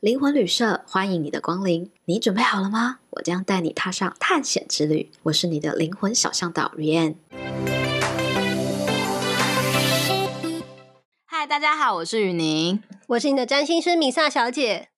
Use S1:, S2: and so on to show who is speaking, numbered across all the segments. S1: 灵魂旅社欢迎你的光临，你准备好了吗？我将带你踏上探险之旅。我是你的灵魂小向导 Rian。
S2: 嗨，大家好，我是雨宁。
S3: 我是你的占星师米萨小姐。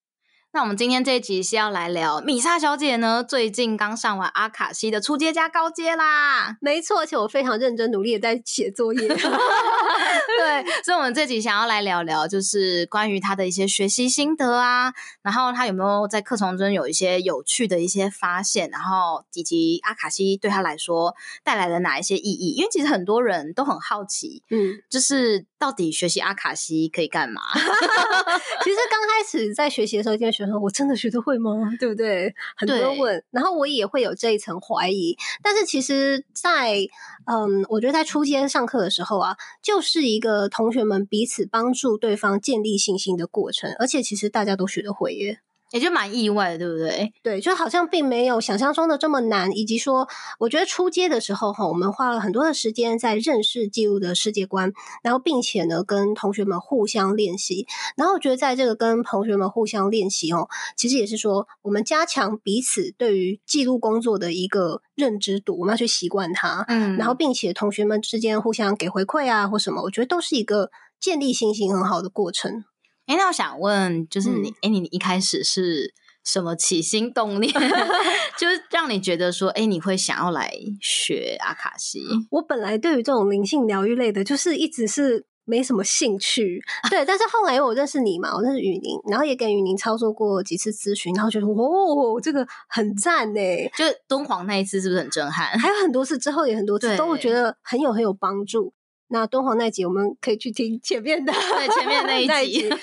S2: 那我们今天这一集是要来聊米莎小姐呢，最近刚上完阿卡西的初阶加高阶啦。
S3: 没错，而且我非常认真努力的在写作业。
S2: 对，所以我们这集想要来聊聊，就是关于她的一些学习心得啊，然后她有没有在课程中有一些有趣的一些发现，然后以及阿卡西对她来说带来了哪一些意义？因为其实很多人都很好奇，
S3: 嗯，
S2: 就是到底学习阿卡西可以干嘛？
S3: 其实刚开始在学习的时候，就会觉得我真的学得会吗？对不对？很多人问，然后我也会有这一层怀疑。但是其实在，嗯，我觉得在初阶上课的时候啊，就是一个同学们彼此帮助对方建立信心的过程，而且其实大家都学得会耶。
S2: 也就蛮意外的，对不对？
S3: 对，就好像并没有想象中的这么难，以及说，我觉得初阶的时候哈，我们花了很多的时间在认识记录的世界观，然后并且呢跟同学们互相练习，然后我觉得在这个跟同学们互相练习哦，其实也是说我们加强彼此对于记录工作的一个认知度，我们要去习惯它，
S2: 嗯
S3: 然后并且同学们之间互相给回馈啊或什么，我觉得都是一个建立信心很好的过程。
S2: 哎，那我想问，就是你，
S3: 嗯
S2: 哎、你一开始是什么起心动念， 就是让你觉得说，哎，你会想要来学阿卡西？
S3: 我本来对于这种灵性疗愈类的，就是一直是没什么 兴趣。对，但是后来因为我认识你嘛，我认识雨宁，然后也跟雨宁操作过几次咨询，然后觉得哦，这个很 赞呢。
S2: 就是敦煌那一次是不是很震撼？
S3: 还有很多次之后也很多次
S2: 对
S3: 都我觉得很有很有帮助。那敦煌那集我们可以去听前面 的，
S2: 对前面那一集
S3: 对，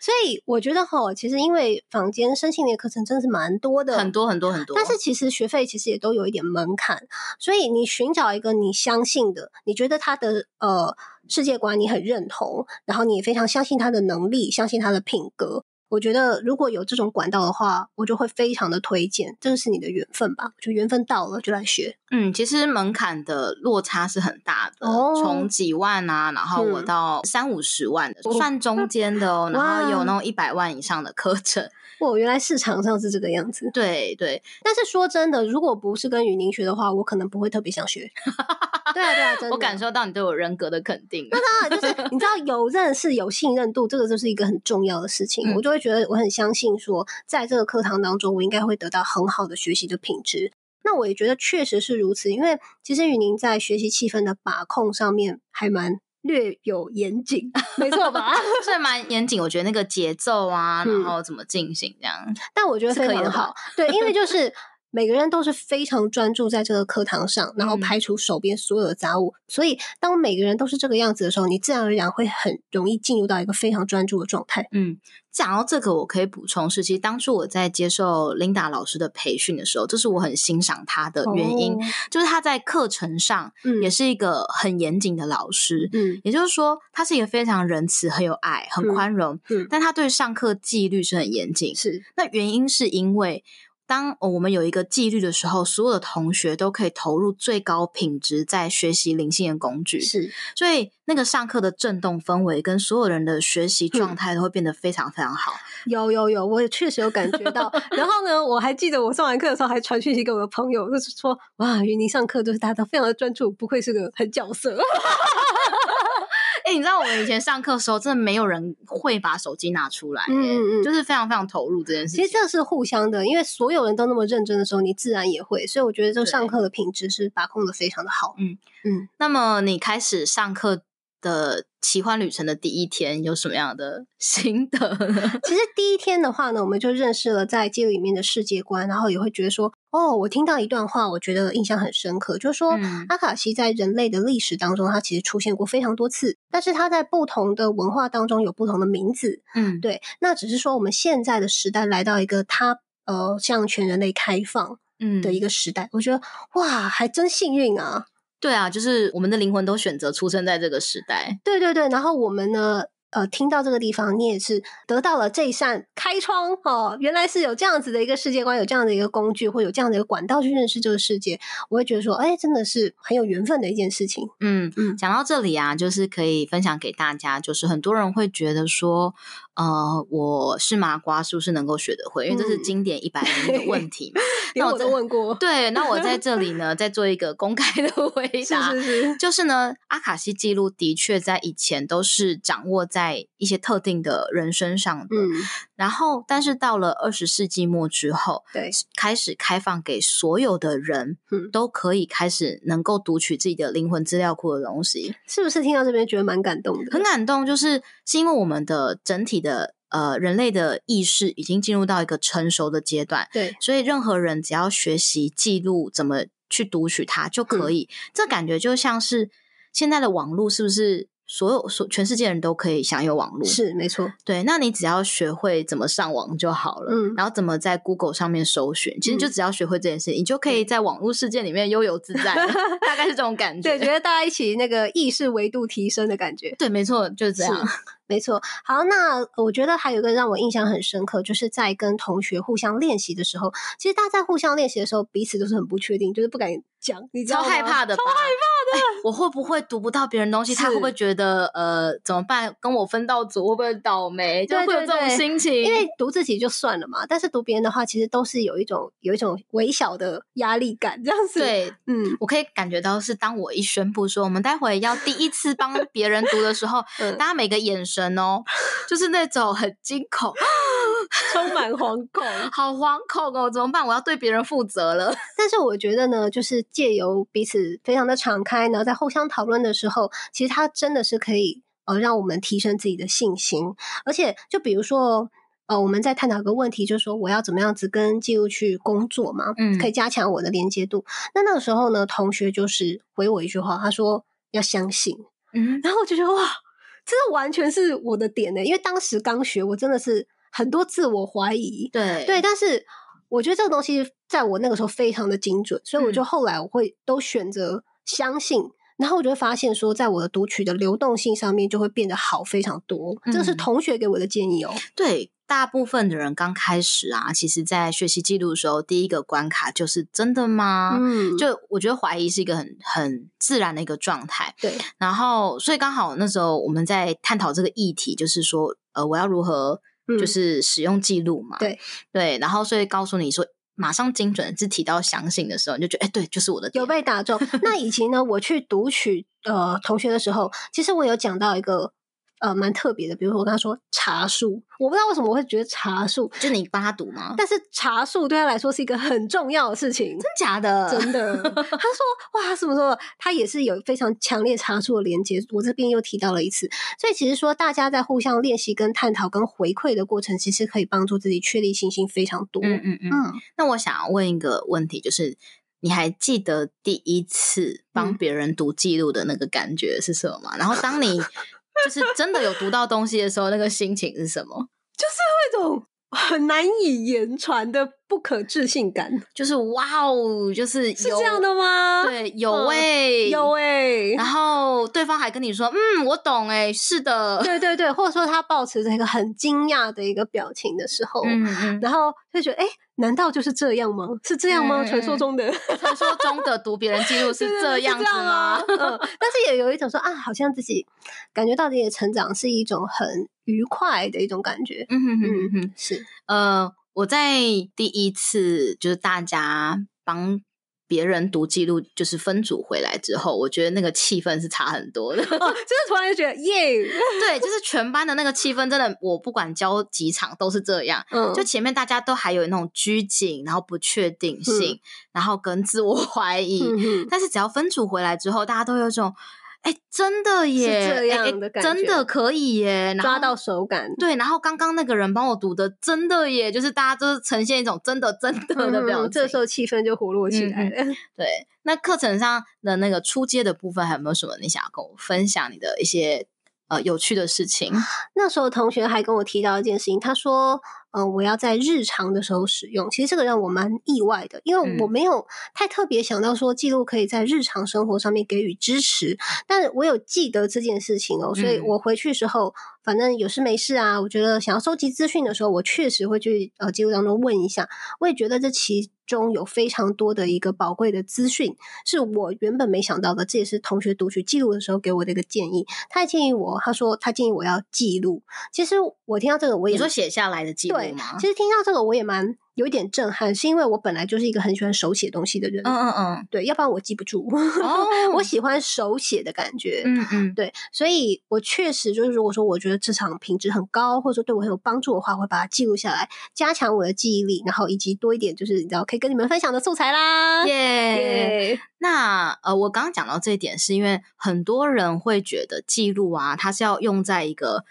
S3: 所以我觉得哈，其实因为坊间身心灵的课程真的是蛮多的，
S2: 很多很多很多，
S3: 但是其实学费其实也都有一点门槛，所以你寻找一个你相信的，你觉得他的呃世界观你很认同，然后你也非常相信他的能力，相信他的品格。我觉得如果有这种管道的话，我就会非常的推荐。这个是你的缘分吧？就缘分到了就来学。
S2: 嗯，其实门槛的落差是很大的，
S3: 哦
S2: 从几万啊，然后我
S3: 嗯
S2: 到三五十万的，
S3: 哦
S2: 算中间的 哦，然后
S3: 哇
S2: 有那种一百万以上的课程，
S3: 哦，原来市场上是这个样子。
S2: 对对，
S3: 但是说真的，如果不是跟雨宁学的话，我可能不会特别想学。 对啊，对啊，真的。
S2: 我感受到你对我人格的肯定。
S3: 啊，就是你知道有认识、有信任度，这个就是一个很重要的事情。
S2: 嗯
S3: 我就会觉得我很相信说，在这个课堂当中，我应该会得到很好的学习的品质。那我也觉得确实是如此，因为其实雨宁在学习气氛的把控上面还蛮略有严谨， 没错吧？
S2: 所以蛮严谨，我觉得那个节奏啊，
S3: 嗯
S2: 然后怎么进行这样，
S3: 但我觉得
S2: 是
S3: 非
S2: 可以的
S3: 常
S2: 吧
S3: 好，对，因为就是 每个人都是非常专注在这个课堂上，然后
S2: 嗯
S3: 排除手边所有的杂物，所以当每个人都是这个样子的时候，你自然而然会很容易进入到一个非常专注的状态。
S2: 嗯，讲到这个，我可以补充是，其实当初我在接受琳达老师的培训的时候，这是我很欣赏她的原因，
S3: 哦
S2: 就是她在课程上
S3: 嗯
S2: 也是一个很严谨的老师。
S3: 嗯
S2: 也就是说，她是一个非常仁慈、很有爱、很
S3: 嗯
S2: 宽容，
S3: 嗯
S2: 但她对上课纪律是很严谨。
S3: 是
S2: 那原因是因为，当呃我们有一个纪律的时候，所有的同学都可以投入最高品质在学习灵性的工具。
S3: 是
S2: 所以那个上课的震动氛围跟所有人的学习
S3: 嗯
S2: 状态都会变得非常非常 好。
S3: 有有有，我也确实有感觉到。然后呢，我还记得我上完课的时候还传讯息给我的朋友，就是说哇，云宁上课就是大家都非常的专注，不愧是个狠角色。
S2: 哎、你知道我们以前上课的时候，真的没有人会把手机拿出来、
S3: 嗯
S2: 欸
S3: 嗯嗯
S2: 就是非常非常投入这件事
S3: 其
S2: 情。
S3: 实这是互相的，因为所有人都那么认真的时候，你自然也会。所以我觉得这上课的品质是把控的非常的好。
S2: 嗯
S3: 嗯，
S2: 那么你开始上课的奇幻旅程的第一天有什么样的 心得 呢？
S3: 其实第一天的话呢，我们就认识了在记录里面的世界观，然后也会觉得说，哦，我听到一段话，我觉得印象很深刻，就是说、
S2: 嗯
S3: 阿卡西在人类的历史当中，它其实出现过非常多次，但是它在不同的文化当中有不同的名字。
S2: 嗯，
S3: 对，那只是说我们现在的时代来到一个它。呃，向全人类开放
S2: 嗯
S3: 的一个时代，我觉得哇，还真幸运啊！
S2: 对啊，就是我们的灵魂都选择出生在这个时代。
S3: 对对对，然后我们呢，呃，听到这个地方，你也是得到了这一扇开窗哦，原来是有这样子的一个世界观，有这样的一个工具，或有这样的一个管道去认识这个世界，我会觉得说，哎，真的是很有缘分的一件事 情。
S2: 嗯，
S3: 嗯
S2: 讲到这里啊，就是可以分享给大家，就是很多人会觉得说，呃，我是麻瓜，是不是能够学得会？因为这是
S3: 嗯
S2: 经典一百零一的 问题嘛。
S3: 连
S2: 那
S3: 我
S2: 这
S3: 都问过，
S2: 对，那我在这里呢，再做一个公开的回
S3: 是
S2: 答。
S3: 是是，
S2: 就是呢，阿卡西记录的确在以前都是掌握在一些特定的人身上的，
S3: 嗯，
S2: 然后但是到了二十世纪末之后，
S3: 对，
S2: 开始开放给所有的人、
S3: 嗯
S2: 都可以开始能够读取自己的灵魂资料库的东西，
S3: 是不是听到这边觉得蛮感动的？
S2: 很感动。就是是因为我们的整体的呃人类的意识已经进入到一个成熟的阶段，
S3: 对，
S2: 所以任何人只要学习记录怎么去读取它就
S3: 嗯
S2: 可以。这感觉就像是现在的网络，是不是所有所全世界人都可以享有网络？
S3: 是没错，
S2: 对，那你只要学会怎么上网就好了，
S3: 嗯
S2: 然后怎么在 Google 上面搜寻，其实就
S3: 嗯
S2: 只要学会这件事，你就可以在网络世界里面悠游自在 了，大概是这种感觉。
S3: 对，觉得大家一起那个意识维度提升的感觉。
S2: 对，没错，就是这样。
S3: 没错，好，那呃我觉得还有一个让我印象很深刻，就是在跟同学互相练习的时候，其实大家在互相练习的时候，彼此都是很不确定，就是不敢讲，你知道
S2: 超
S3: 吗
S2: 害怕的吧，超害怕的、我会不会读不到别人东西？他
S3: 是
S2: 会不会觉得呃怎么办？跟我分到组会不会倒霉？就
S3: 对
S2: 会有
S3: 对
S2: 这种
S3: 对
S2: 心情。
S3: 因为读自己就算了嘛，但是读别人的话，其实都是有一种有一种微小的压力感，这样子。，
S2: 对
S3: 嗯
S2: 我可以感觉到是当我一宣布说我们待会要第一次帮别人读的时 候，
S3: 嗯
S2: 大，家每个眼神哦，就是那种很惊恐，
S3: 充满惶恐。
S2: 好 惶恐哦，怎么办？我要对别人负责了。
S3: 但是我觉得呢，就是借由彼此非常的敞开，然后在互相讨论的时候，其实它真的是可以呃让我们提升自己的信心。而且就比如说呃我们在探讨一个问题，就是说我要怎么样子跟记录去工作嘛，
S2: 嗯
S3: 可以加强我的连接度。那那个时候呢，同学就是回我一句话，他说要相信。
S2: 嗯，
S3: 然后我就觉得哇，这完全是我的点呢、因为当时刚学，我真的是很多自我怀疑。
S2: 对
S3: 对，但是我觉得这个东西在我那个时候非常的精准，所以
S2: 嗯
S3: 我就后来我会都选择相信。然后我就会发现说，在我的读取的流动性上面就会变得好非常多，这个是
S2: 嗯
S3: 同学给我的建议哦。
S2: 对，大部分的人刚开始啊，其实在学习记录的时候，第一个关卡就是真的吗？
S3: 嗯，
S2: 啊就我觉得怀疑是一个很很自然的一个状态，
S3: 对，
S2: 然后所以刚好那时候我们在探讨这个议题，就是说呃我要如何
S3: 嗯
S2: 就是使用记录嘛，
S3: 对
S2: 对，然后所以告诉你说马上精准是提到相信的时候，你就觉得哎、对，就是我的
S3: 有
S2: 点
S3: 被打中。那以及呢，我去读取呃同学的时候，其实我有讲到一个呃蛮特别的，比如说我跟他说茶树，我不知道为什么我会觉得茶树，
S2: 就你帮他读 吗？
S3: 但是茶树对他来说是一个很重要的事情。
S2: 真假的？
S3: 真的， 他说哇，什么什么，他也是有非常强烈茶树的连接。我这边又提到了一次，所以其实说大家在互相练习、跟探讨、跟回馈的过程，其实可以帮助自己确立信心非常多。
S2: 嗯嗯嗯。
S3: 嗯
S2: 那我想要问一个问题，就是你还记得第一次帮
S3: 嗯
S2: 别人读记录的那个感觉是什么吗？然后当你 就是真的有读到东西的时候，那个心情是什么？
S3: 那种很难以言传的不可置信感，
S2: 就是哇哦，就是
S3: 是
S2: 有
S3: 这样的吗？，
S2: 对，有
S3: 嗯
S2: 味、
S3: 有欸诶、
S2: 然后对方还跟你说，嗯，我懂哎、是的，
S3: 对对对，或者说他保持着一个很惊讶的一个表情的时候，
S2: 嗯嗯，
S3: 然后就觉得，哎，难道就是这样吗？是这样吗？
S2: 嗯嗯
S3: 传说
S2: 嗯
S3: 中的
S2: 传说中的读别人记录是
S3: 对对
S2: 这
S3: 对
S2: 样
S3: 是
S2: 子
S3: 这
S2: 吗？
S3: 嗯，但是也有一种说啊，好像自己感觉到自己的成长是一种很愉快的一种感觉。
S2: 嗯哼哼哼
S3: 嗯
S2: 哼，
S3: 是，
S2: 呃，我在第一次就是大家帮别人读记录，就是分组回来之后，我觉得那个气氛是差很多的。
S3: 哦，就是突然就觉得耶，
S2: 对，就是全班的那个气氛，真的，我不管教几场都是这样。
S3: 嗯，
S2: 就前面大家都还有那种拘谨，然后不确定性，然后跟自我 怀疑。
S3: 嗯嗯
S2: 但是只要分组回来之后，大家都有一种，哎、真的耶，
S3: 这
S2: 哎
S3: 样
S2: 哎
S3: 的感
S2: 真
S3: 觉
S2: 的可以耶，然
S3: 抓
S2: 后
S3: 到手感，
S2: 对，然后刚刚那个人帮我读的，真的耶，就是大家都是呈现一种真的真的的表
S3: 嗯这时
S2: 情。
S3: 候气氛就活络
S2: 嗯
S3: 起来了。
S2: 对，那课程上的那个初阶的部分，还有没有什么你想要跟我分享你的一些呃有趣的事情？
S3: 那时候同学还跟我提到一件事情，他说呃，我要在日常的时候使用。其实这个让我蛮意外的，因为我没有太特别想到说记录可以在日常生活上面给予支持，但我有记得这件事情哦，所以我回去时候。反正有事没事啊，我觉得想要收集资讯的时候，我确实会去呃记录当中问一下。我也觉得这其中有非常多的一个宝贵的资讯，是我原本没想到的。这也是同学读取记录的时候给我的一个建议。他建议我，他说他建议我要记录。其实我听到这个，我也
S2: 你说写下来的记录
S3: 对
S2: 吗？，
S3: 其实听到这个我也蛮有一点震撼，是因为我本来就是一个很喜欢手写东西的人，
S2: 嗯 嗯
S3: 对，要不然我记不住。，
S2: 嗯，哦
S3: 我喜欢手写的感觉，
S2: 嗯 嗯
S3: 对，所以我确实就是，如果说我觉得这场品质很高，或者说对我很有帮助的话，我会把它记录下来，加强我的记忆力，然后以及多一点就是你知道可以跟你们分享的素材啦。
S2: 耶。
S3: 耶
S2: 那呃，我刚刚讲到这一点，是因为很多人会觉得记录啊，它是要用在一个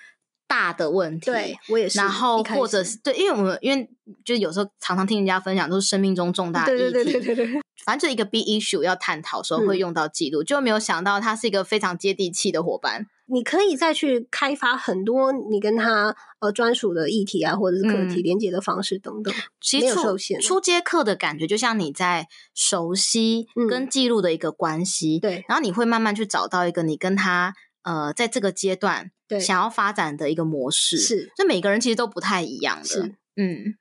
S2: 大的问题，
S3: 对我也是，
S2: 然后
S3: 一开
S2: 或者
S3: 始
S2: 是对，因为我们因为就是有时候常常听人家分享，都是生命中重大议
S3: 对
S2: 题，
S3: 对对对对对，
S2: 反正就一个 B issue 要探讨的时候会
S3: 嗯
S2: 用到记录，就没有想到他是一个非常接地气的伙伴。
S3: 你可以再去开发很多你跟他呃专属的议题啊，或者是课题
S2: 嗯
S3: 连接的方式等等。
S2: 其
S3: 没
S2: 实
S3: 有受
S2: 初
S3: 限
S2: 初阶课的感觉，就像你在熟悉
S3: 嗯
S2: 跟记录的一个关系，
S3: 对
S2: 然后你会慢慢去找到一个你跟他呃在这个阶段
S3: 对，
S2: 想要发展的一个模式。，
S3: 是
S2: 就每个人其实都不太一样的。
S3: 是。
S2: 嗯，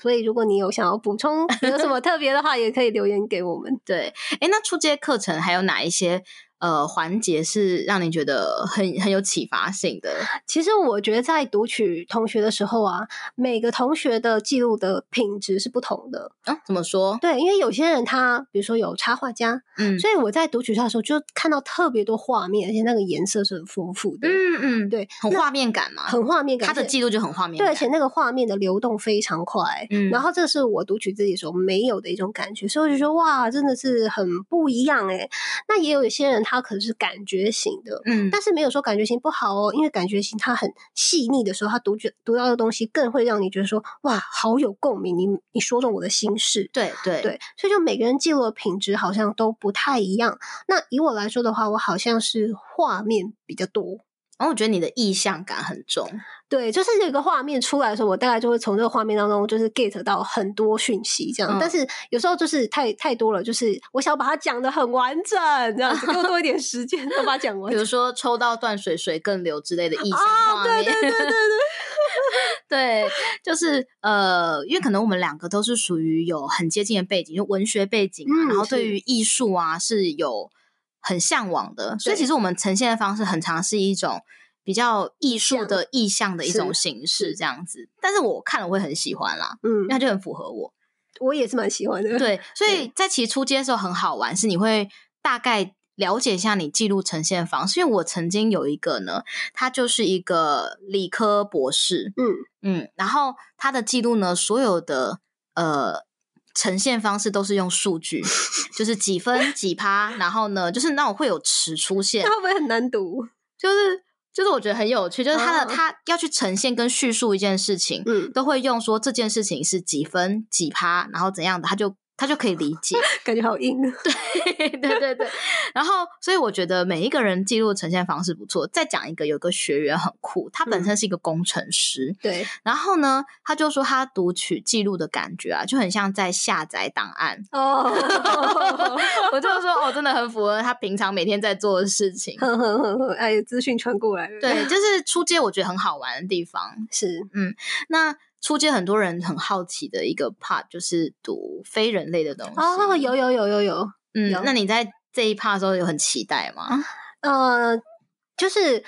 S3: 所以，如果你有想要补 充，有什么特别的话，也可以留言给我们。
S2: 对。哎，那初阶课程还有哪一些呃环节是让你觉得很很有启发性的？
S3: 其实我觉得在读取同学的时候啊，每个同学的记录的品质是不同的。
S2: 啊，怎么说？
S3: 对，因为有些人他比如说有插画家，
S2: 嗯
S3: 所以我在读取他的时候就看到特别多画面，而且那个颜色是很丰富的，
S2: 嗯嗯，
S3: 对，
S2: 很画面感嘛，
S3: 很画面感。
S2: 他的
S3: 而且
S2: 记录就很画面
S3: 对，
S2: 感。
S3: 而且那个画面的流动非常快。
S2: 嗯，
S3: 然后这是我读取自己时候没有的一种感觉，所以我就说哇，真的是很不一样诶、那也有一些人他可能是感觉型的，
S2: 嗯，
S3: 但是没有说感觉型不好哦，因为感觉型它很细腻的时候，它读觉读到的东西更会让你觉得说哇，好有共鸣，你你说中我的心事。
S2: 对对，
S3: 对，所以就每个人记录的品质好像都不太一样。那以我来说的话，我好像是画面比较多。
S2: 然后我觉得你的意向感很重。
S3: 对，就是有一个画面出来的时候，我大概就会从这个画面当中就是 get 到很多讯息，这样。
S2: 嗯
S3: 但是有时候就是太太多了，就是我想要把它讲的很完整，这样子给我多一点时间，要把它讲完
S2: 比。如说抽到断水水更流之类的意象
S3: 啊
S2: 画
S3: 对
S2: 面，
S3: 对对对 对
S2: 对就是呃，因为可能我们两个都是属于有很接近的背景，就文学背景嘛、
S3: 嗯
S2: 然后
S3: 是
S2: 对于艺术啊是有很向往的，所以
S3: 对
S2: 其实我们呈现的方式很常是一种比较艺术
S3: 像
S2: 的意象的一种
S3: 是
S2: 形式这样子。但是我看了我会很喜欢啦，
S3: 嗯
S2: 因为，它就很符合我。
S3: 我也是蛮喜欢的。
S2: 对，所以在其实初阶的时候很好玩，是你会大概了解一下你记录呈现的方式。因为我曾经有一个呢，他就是一个理科博士，
S3: 嗯，
S2: 嗯，然后他的记录呢，所有的呃。呈现方式都是用数据，就是几分几趴，然后呢，就是那种会有值出现
S3: 那，会不会很难读？
S2: 就是就是我觉得很有趣，就是他的、
S3: 哦
S2: 他要去呈现跟叙述一件事情，
S3: 嗯，
S2: 都会用说这件事情是几分几趴，然后怎样的，他就他就可以理解。
S3: 感觉好硬。啊
S2: 对对对，然后所以我觉得每一个人记录呈现方式不错。再讲一个，有个学员很酷，他本身是一个工程师，
S3: 对，
S2: 然后呢，他就说他读取记录的感觉啊，就很像在下载档案。
S3: 哦，
S2: 我就说哦，真的很符合他平常每天在做的事情。
S3: 呵呵呵呵，哎，资讯传过来了。
S2: 对，，就是出街我觉得很好玩的地方。
S3: 是，
S2: 那出街很多人很好奇的一个 part 就是读非人类的东西。
S3: 哦，有有有有有，
S2: 嗯
S3: 有，
S2: 那你在这一 part 的时候有很期待吗？
S3: 呃，就是。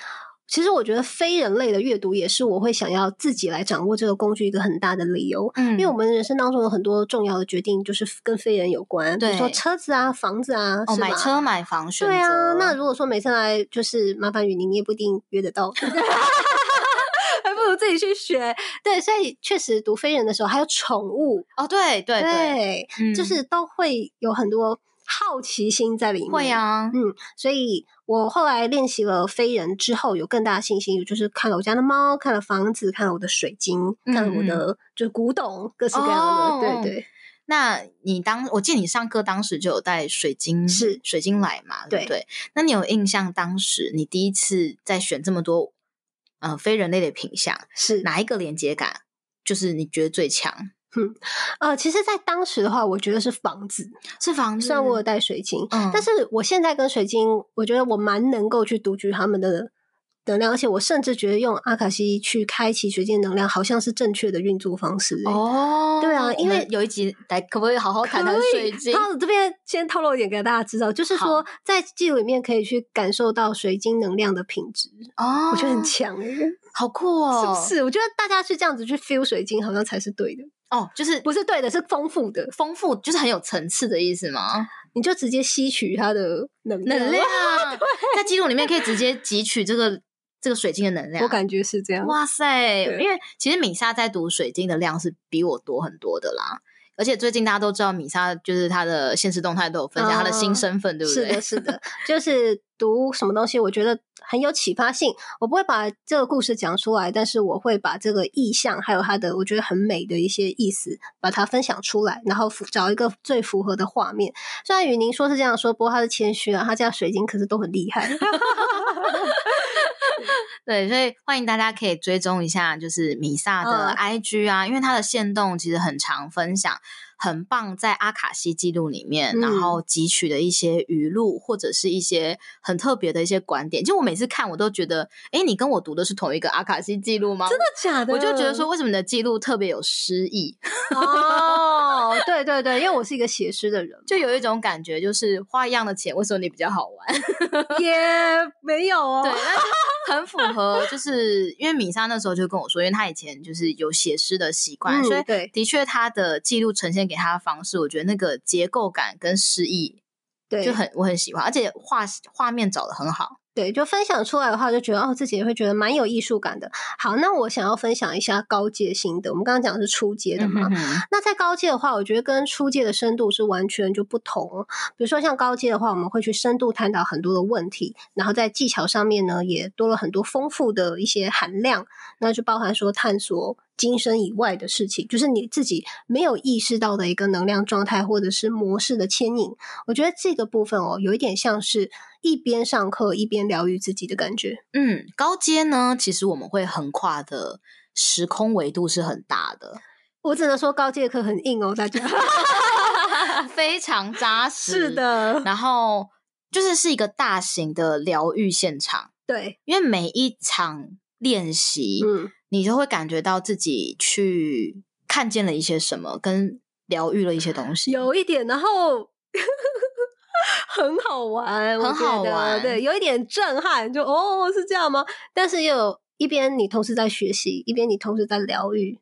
S3: 其实我觉得非人类的阅读也是我会想要自己来掌握这个工具一个很大的理由，
S2: 嗯，
S3: 因为我们人生当中有很多重要的决定就是跟非人有关，比如说
S2: 对
S3: 车子啊、房子啊，
S2: 哦，
S3: 是
S2: 买
S3: 吧
S2: 车买房选择，
S3: 对啊，那如果说每次来就是麻烦雨宁，你也不一定约得到， 还不如自己去学。对，所以确实读飞人的时候，还有宠物，
S2: 哦，对对对，
S3: 对，
S2: 嗯
S3: 就是都会有很多好奇心在里面。
S2: 会啊，
S3: 嗯，所以我后来练习了飞人之后，有更大的信心，就是看了我家的猫，看了房子，看了我的水晶，
S2: 嗯
S3: 看了我的、就是古董，各式各样的，
S2: 哦
S3: 对对
S2: 那你当我记得你上课当时就有带水晶，
S3: 是
S2: 水晶来嘛，对不
S3: 对
S2: 对？那你有印象当时你第一次在选这么多呃非人类的品相，
S3: 是。
S2: 哪一个连接感就是你觉得最强
S3: 呃，其实，在当时的话，我觉得是房子，
S2: 是房子？
S3: 虽然我有带水晶，
S2: 嗯
S3: 但是我现在跟水晶，我觉得我蛮能够去读取他们的能量，而且我甚至觉得用阿卡西去开启水晶的能量，好像是正确的运作方式、欸。
S2: 哦，
S3: 对啊
S2: 我
S3: 因
S2: 们
S3: 为
S2: 有一集来，可不可以好好
S3: 可以，
S2: 谈谈水晶？
S3: 好，我这边先透露一点给大家知道，就是
S2: 好
S3: 说在记录里面可以去感受到水晶能量的品质，
S2: 哦，
S3: 我觉得很强哎、
S2: 好酷哦，
S3: 是不是？我觉得大家去这样子去 feel 水晶，好像才是对的，
S2: 哦，就是
S3: 不是对的，是丰富的，
S2: 丰富，就是很有层次的意思吗？
S3: 你就直接吸取它的能量。
S2: 能量
S3: 啊
S2: 在记录里面可以直接汲取这个这个水晶的能量。
S3: 我感觉是这样。
S2: 哇塞，
S3: 对
S2: 因为其实米莎在读水晶的量是比我多很多的啦。而且最近大家都知道，米莎就是她的现实动态都有分享她的新
S3: 哦
S2: 身份，对不对？
S3: 是的，是的，就是读什么东西，我觉得很有启发性。我不会把这个故事讲出来，但是我会把这个意象，还有它的我觉得很美的一些意思，把它分享出来，然后符找一个最符合的画面。虽然雨宁说是这样说，不过他是谦虚啊，他家水晶可是都很厉害。
S2: 对，所以欢迎大家可以追踪一下，就是米萨的
S3: 嗯
S2: IG 啊，因为它的线动其实很常分享，很棒，在阿卡西记录里面，
S3: 嗯
S2: 然后汲取的一些语录或者是一些很特别的一些观点。就我每次看，我都觉得，诶，你跟我读的是同一个阿卡西记录吗？真的。
S3: 假
S2: 我就觉得 说，为什么你的记录特别有诗意？
S3: 哦，对对对，因为我是一个写诗的人，
S2: 就有一种感觉，就是花一样的钱，为什么你比较好玩？
S3: 也没有哦
S2: 对，但是很符合，就是因为米莎那时候就跟我说，因为她以前就是有写诗的习惯，
S3: 嗯
S2: 所以
S3: 对
S2: 的确她的记录呈现给她的方式，我觉得那个结构感跟诗意
S3: 对，
S2: 就很我很喜欢，而且画画面找的很好。
S3: 对，就分享出来的话，就觉得哦，自己也会觉得蛮有艺术感的。好，那我想要分享一下高阶心得。我们刚刚讲的是初阶
S2: 嗯
S3: 的嘛，那在高阶的话，我觉得跟初阶的深度是完全就不同哦。比如说像高阶的话，我们会去深度探讨很多的问题，然后在技巧上面呢，也多了很多丰富的一些含量，那就包含说探索。今生以外的事情，就是你自己没有意识到的一个能量状态或者是模式的牵引。我觉得这个部分哦，有一点像是一边上课一边疗愈自己的感觉。
S2: 嗯，高阶呢，其实我们会横跨的时空维度是很大的，
S3: 我只能说高阶课很硬哦，大家。
S2: 非常扎实。
S3: 是，的，
S2: 然后就是是一个大型的疗愈现场，
S3: 对，
S2: 因为每一场练习，
S3: 嗯，
S2: 你就会感觉到自己去看见了一些什么，跟疗愈了一些东西。
S3: 有一点，然后 很好玩，我
S2: 很好
S3: 觉得
S2: 玩
S3: 对，有一点震撼，就哦是这样吗？但是又有一边你同时在学习，一边你同时在疗愈，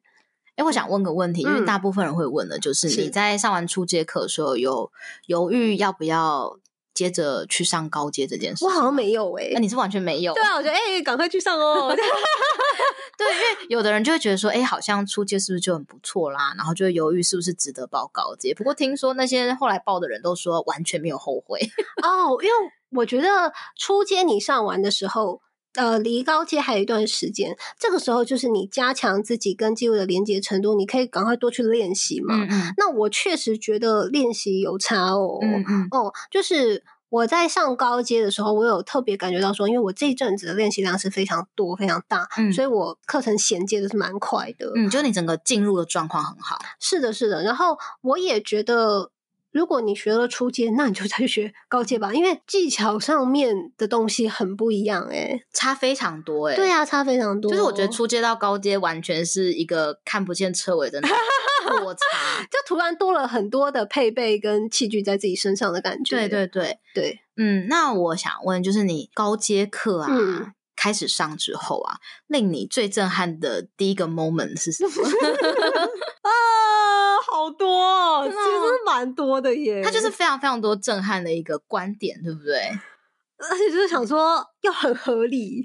S2: 哎，我想问个问题，因为
S3: 嗯
S2: 大部分人会问的，就是
S3: 是
S2: 你在上完初阶课的时候，有犹豫要不要接着去上高阶这件事？
S3: 我好像。没有哎、
S2: 那、你是完全没有，
S3: 对啊，我觉得哎，赶快去上哦。
S2: 有的人就会觉得说，哎、好像初阶是不是就很不错啦？然后就会犹豫是不是值得报高阶。不过听说那些后来报的人都说完全没有后悔，
S3: 哦，因为我觉得初阶你上完的时候，呃，离高阶还有一段时间，这个时候就是你加强自己跟记录的连接程度，你可以赶快多去练习嘛。
S2: 嗯
S3: 那我确实觉得练习有差哦，
S2: 嗯嗯，
S3: 哦，就是。我在上高阶的时候，我有特别感觉到说，因为我这一阵子的练习量是非常多、非常大，
S2: 嗯
S3: 所以我课程衔接的是蛮快的。
S2: 嗯，就你整个进入的状况很好，
S3: 是的，是的。然后我也觉得，如果你学了初阶，那你就再去学高阶吧，因为技巧上面的东西很不一样、欸。
S2: 差非常多哎、
S3: 对啊，差非常多。
S2: 就是我觉得初阶到高阶完全是一个看不见车尾的那 种落差。
S3: 就突然多了很多的配备跟器具在自己身上的感觉。
S2: 对对对，
S3: 对，
S2: 嗯，那我想问，就是你高阶课啊、
S3: 嗯
S2: 开始上之后啊，令你最震撼的第一个 moment 是什么？
S3: 啊，好多、哦，
S2: 真
S3: 其
S2: 的哦
S3: 实蛮多的耶。
S2: 它就是，非常非常多震撼的一个观点，对不对？
S3: 而且就是想说要很合理，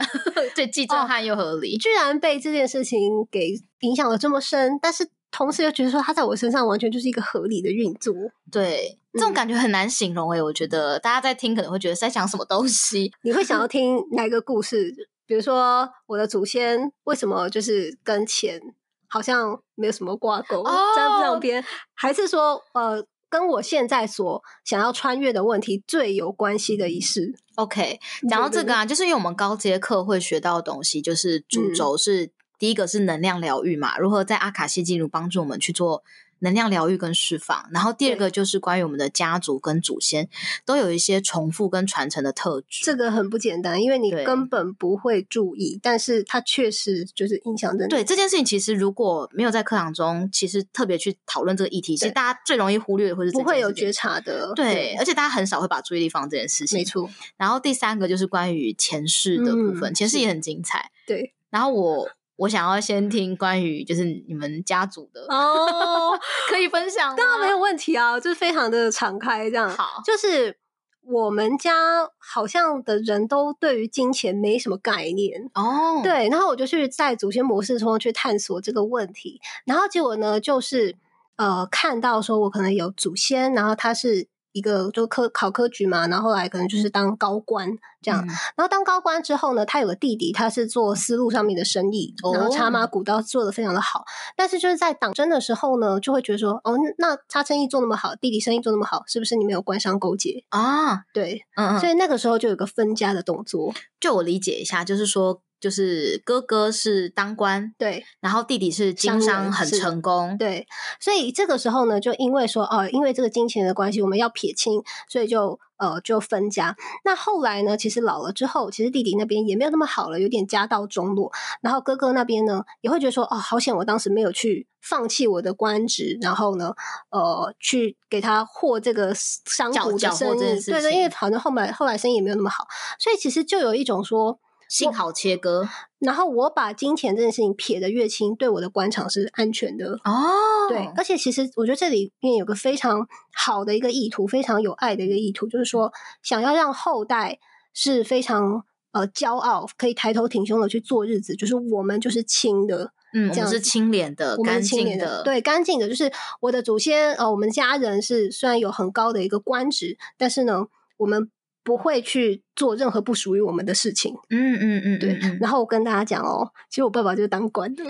S2: 对，既
S3: 哦
S2: 震撼又合理。
S3: 居然被这件事情给影响了这么深，但是同时又觉得说它在我身上完全就是一个合理的运作。
S2: 对，这种
S3: 嗯
S2: 感觉很难形容诶、欸我觉得大家在听可能会觉得在讲什么东西，
S3: 你会 想要听哪一个故事？比如说我的祖先为什么就是跟钱好像没有什么挂钩，
S2: 哦
S3: 沾不上边，还是说呃跟我现在所想要穿越的问题最有关系的一事？嗯
S2: OK，讲到这个啊，就是因为我们高阶课会学到的东西，就是主轴是第一个是能量疗愈嘛，如何在阿卡西记录帮助我们去做能量疗愈跟释放。然后第二个就是关于我们的家族跟祖先都有一些重复跟传承的特质。
S3: 这个很不简单，因为你
S2: 对
S3: 根本不会注意，但是它确实就是影响着你。
S2: 对这件事情，其实如果没有在课堂中，其实特别去讨论这个议题，其实
S3: 对
S2: 大家最容易忽略的会是这
S3: 不会
S2: 件
S3: 有
S2: 事情
S3: 觉察的。
S2: 对，而且大家很少会把注意力放这件事情。
S3: 没。错，
S2: 然后第三个就是关于前世的部分，
S3: 嗯
S2: 前世
S3: 是
S2: 也很精彩。
S3: 对。
S2: 然后我我想要先听关于就是你们家族的，
S3: 哦，
S2: 可以分享吗？
S3: 当然没有嗯问题啊，就是非常的敞开这样。
S2: 好，
S3: 就是我们家好像的人都对于金钱没什么概念。
S2: 哦，，
S3: 对，然后我就去在祖先模式中去探索这个问题，然后结果呢，就是呃看到说我可能有祖先，然后他是一个就科考科举嘛，然后后来可能就是当高官这样，然后当高官之后呢，他有个弟弟，他是做丝路上面的生意，
S2: 哦
S3: 然后茶马古道做的非常的好。但是就是在党争的时候呢，就会觉得说，哦，那他生意做那么好，弟弟生意做那么好，是不是你们有官商勾结？
S2: 嗯啊，
S3: 对，
S2: 嗯嗯，
S3: 所以那个时候就有个分家的动作。
S2: 就我理解一下，就是说，就是哥哥是当官，
S3: 对
S2: 然后弟弟是经
S3: 商
S2: 商
S3: 人
S2: 很
S3: 是
S2: 成功，，
S3: 对，所以这个时候呢，就因为说，哦，因为这个金钱的关系，我们要撇清，所以就。呃，就分家。那后来呢？其实老了之后，其实弟弟那边也没有那么好了，有点家道中落。然后哥哥那边呢，也会觉得说，哦，好险，我当时没有去放弃我的官职，然后呢，呃，去给他获这个商
S2: 缴缴
S3: 贾
S2: 获
S3: 的生
S2: 这件
S3: 意。
S2: 事
S3: 对对，因为
S2: 情
S3: 好像后来后来生意也没有那么好，所以其实就有一种说，
S2: 幸好切割
S3: 然后我把金钱这件事情撇得越清，对我的官场是安全的。
S2: 哦
S3: 对，而且其实我觉得这里面有个非常好的一个意图，非常有爱的一个意图，就是说想要让后代是非常呃骄傲，可以抬头挺胸的去过日子，就是我们就是亲的，
S2: 嗯，我们
S3: 这样
S2: 是
S3: 子
S2: 清廉的、
S3: 我们
S2: 干
S3: 是清
S2: 净
S3: 廉对，干净的，就是我的祖先呃，我们家人是虽然有很高的一个官职，但是呢，我们不会去做任何不属于我们的事情。
S2: 嗯嗯嗯，
S3: 对
S2: 嗯嗯
S3: 然后我跟大家讲哦，其实我爸爸就是当官的，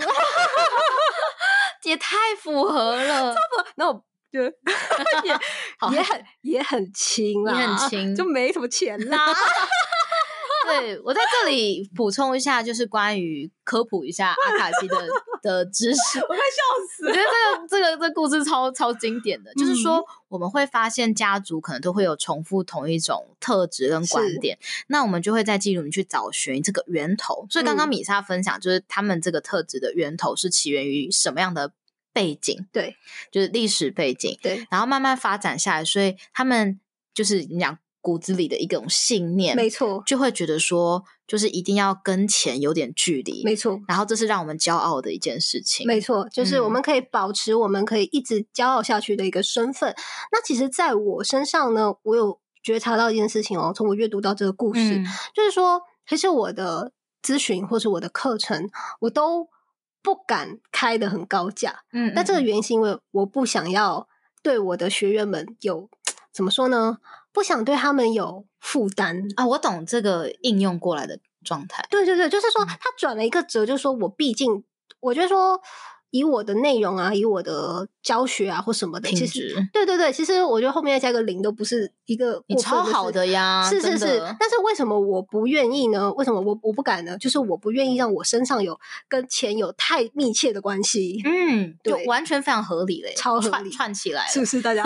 S2: 也太符合了，
S3: 那我就 也
S2: 好
S3: 也很也很轻
S2: 也
S3: 啦，
S2: 很 轻
S3: 就没什么钱 啦。
S2: 对我在这里补充一下，就是关于科普一下阿卡西 的的知识。
S3: 我快笑死嗯
S2: 我觉得这个这个这故事超超经典的，就是说我们会发现家族可能都会有重复同一种特质跟观
S3: 是
S2: 点，那我们就会在记录里面去找寻这个源头。所以刚刚
S3: 嗯
S2: 米莎分享，就是他们这个特质的源头是起源于什么样的背景？
S3: 对，
S2: 就是历史背景。
S3: 对，
S2: 然后慢慢发展下来，所以他们就是你讲骨子里的一种信念，
S3: 没错，
S2: 就会觉得说，就是一定要跟钱有点距离，
S3: 没错。
S2: 然后这是让我们骄傲的一件事情。
S3: 没错，就是我
S2: 嗯
S3: 们可以保持我们可以一直骄傲下去的一个身份。那其实，在我身上呢，我有觉察到一件事情哦，从我阅读到这个故事，
S2: 嗯
S3: 就是说，其实我的咨询或是我的课程，我都不敢开的很高价，
S2: 嗯，
S3: 那这个
S2: 嗯
S3: 原因是因为我不想要对我的学员们有怎么说呢？不想对他们有负担。
S2: 啊，我懂这个应用过来的状态。
S3: 对对对，就是说
S2: 嗯
S3: 他转了一个折，就是说我毕竟，我觉得说以我的内容啊，以我的教学啊或什么的，
S2: 品
S3: 其
S2: 质
S3: 实对对对，其实我觉得后面再加个零都不是一个
S2: 你
S3: 过分
S2: 超好
S3: 事
S2: 的呀，
S3: 是是
S2: 真
S3: 是
S2: 的，
S3: 但是为什么我不愿意呢？为什么我我不敢呢？就是我不愿意让我身上有跟钱有太密切的关系，
S2: 嗯，就
S3: 对
S2: 完全非常合理嘞，
S3: 超合
S2: 串
S3: 理
S2: 串起来了，
S3: 是不是大家？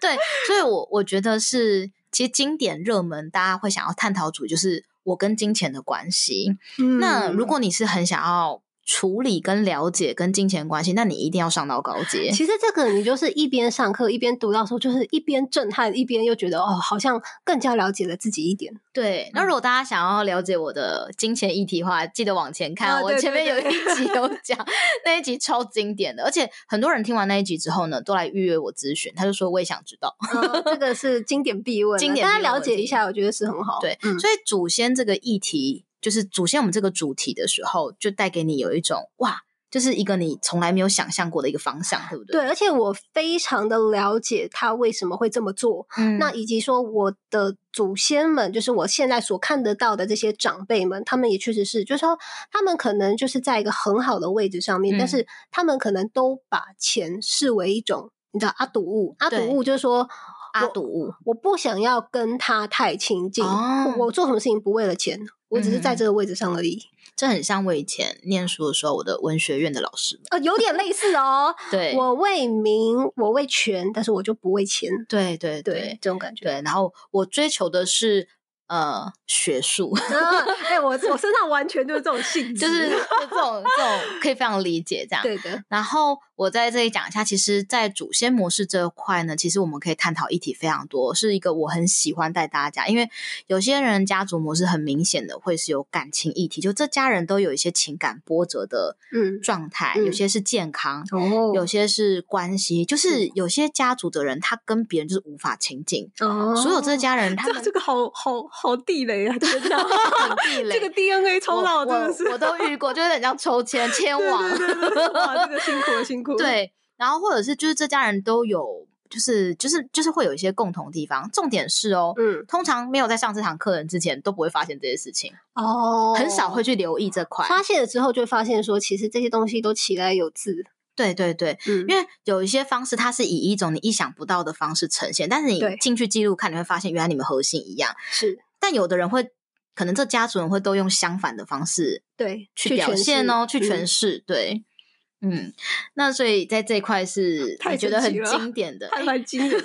S2: 对，所以我我觉得是，其实经典热门大家会想要探讨主就是我跟金钱的关系。那如
S3: 嗯
S2: 果你是很想要处理跟了解跟金钱的关系，那你一定要上到高阶。
S3: 其实这个你就是一边上课一边读到的时候，就是一边震撼，一边又觉得哦，好像更加了解了自己一点。
S2: 对，
S3: 嗯
S2: 那如果大家想要了解我的金钱议题的话，记得往前看哦、
S3: 啊
S2: 我
S3: 对
S2: 前面
S3: 对
S2: 有
S3: 对
S2: 一集有 讲，那一集超经典的，而且很多人听完那一集之后呢，都来预约我咨询，他就说我也想知道。
S3: 呃 这个是经典必问啊，
S2: 经典
S3: 大家
S2: 必问
S3: 了解一下，我觉得是很好。
S2: 对，
S3: 嗯，
S2: 所以祖先这个议题，就是祖先我们这个主题的时候，就带给你有一种哇，就是一个你从来没有想象过的一个方向，对不对？
S3: 对，而且我非常的了解他为什么会这么做，
S2: 嗯
S3: 那以及说我的祖先们，就是我现在所看得到的这些长辈们，他们也确实是，就是说他们可能就是在一个很好的位置上面，
S2: 嗯
S3: 但是他们可能都把钱视为一种。你知道阿赌物，阿赌
S2: 对
S3: 物就是说
S2: 阿
S3: 我
S2: 赌物，
S3: 我不想要跟他太亲近，
S2: 哦
S3: 我我做什么事情不为了钱，我只是在
S2: 嗯
S3: 这个位置上而已。
S2: 这很像我以前念书的时候我的文学院的老师。
S3: 呃，有点类似哦。
S2: 对，
S3: 我为名，我为权，但是我就不为钱。
S2: 对对
S3: 对
S2: 对，
S3: 这种感觉。
S2: 对，然后我追求的是呃学术，
S3: 啊，哎、我我身上完全就是这种性质，
S2: 就是 就这种这种可以非常理解这样。
S3: 对的。
S2: 然后我在这里讲一下，其实，在祖先模式这块呢，其实我们可以探讨议题非常多，是一个我很喜欢带大家，因为有些人家族模式很明显的会是有感情议题，就这家人都有一些情感波折的
S3: 嗯
S2: 状态，
S3: 嗯
S2: 有些是健康。
S3: 哦嗯
S2: 有些是关系，就是有些家族的人，他跟别人就是无法亲近。
S3: 哦，
S2: 所有这家 人，他
S3: 这
S2: 们
S3: 这个好好好地雷 啊！天哪
S2: 很地雷
S3: 这个 DNA 抽
S2: 我
S3: 到真
S2: 我
S3: 的是，
S2: 我都遇过，就是很像抽 签签
S3: 对
S2: 网，
S3: 对对对，哇，这个辛苦了辛苦了。
S2: 对，然后或者是就是这家人都有，就是就是就是会有一些共同地方。重点是哦，
S3: 嗯，
S2: 通常没有在上这堂课的人之前都不会发现这些事情，
S3: 哦，
S2: 很少会去留意这块。
S3: 发现了之后，就会发现说，其实这些东西都起来有字，
S2: 对对对，
S3: 嗯
S2: 因为有一些方式它是以一种你意想不到的方式呈现，但是你
S3: 对
S2: 进去记录看，你会发现原来你们核心一样。
S3: 是
S2: 但有的人会，可能这家族人会都用相反的方式
S3: 对
S2: 去表现哦，去诠
S3: 释嗯
S2: 释，对。嗯，那所以在这一块是
S3: 太
S2: 你觉
S3: 神
S2: 得很
S3: 奇了
S2: 经典的，
S3: 嗯还蛮惊 人的。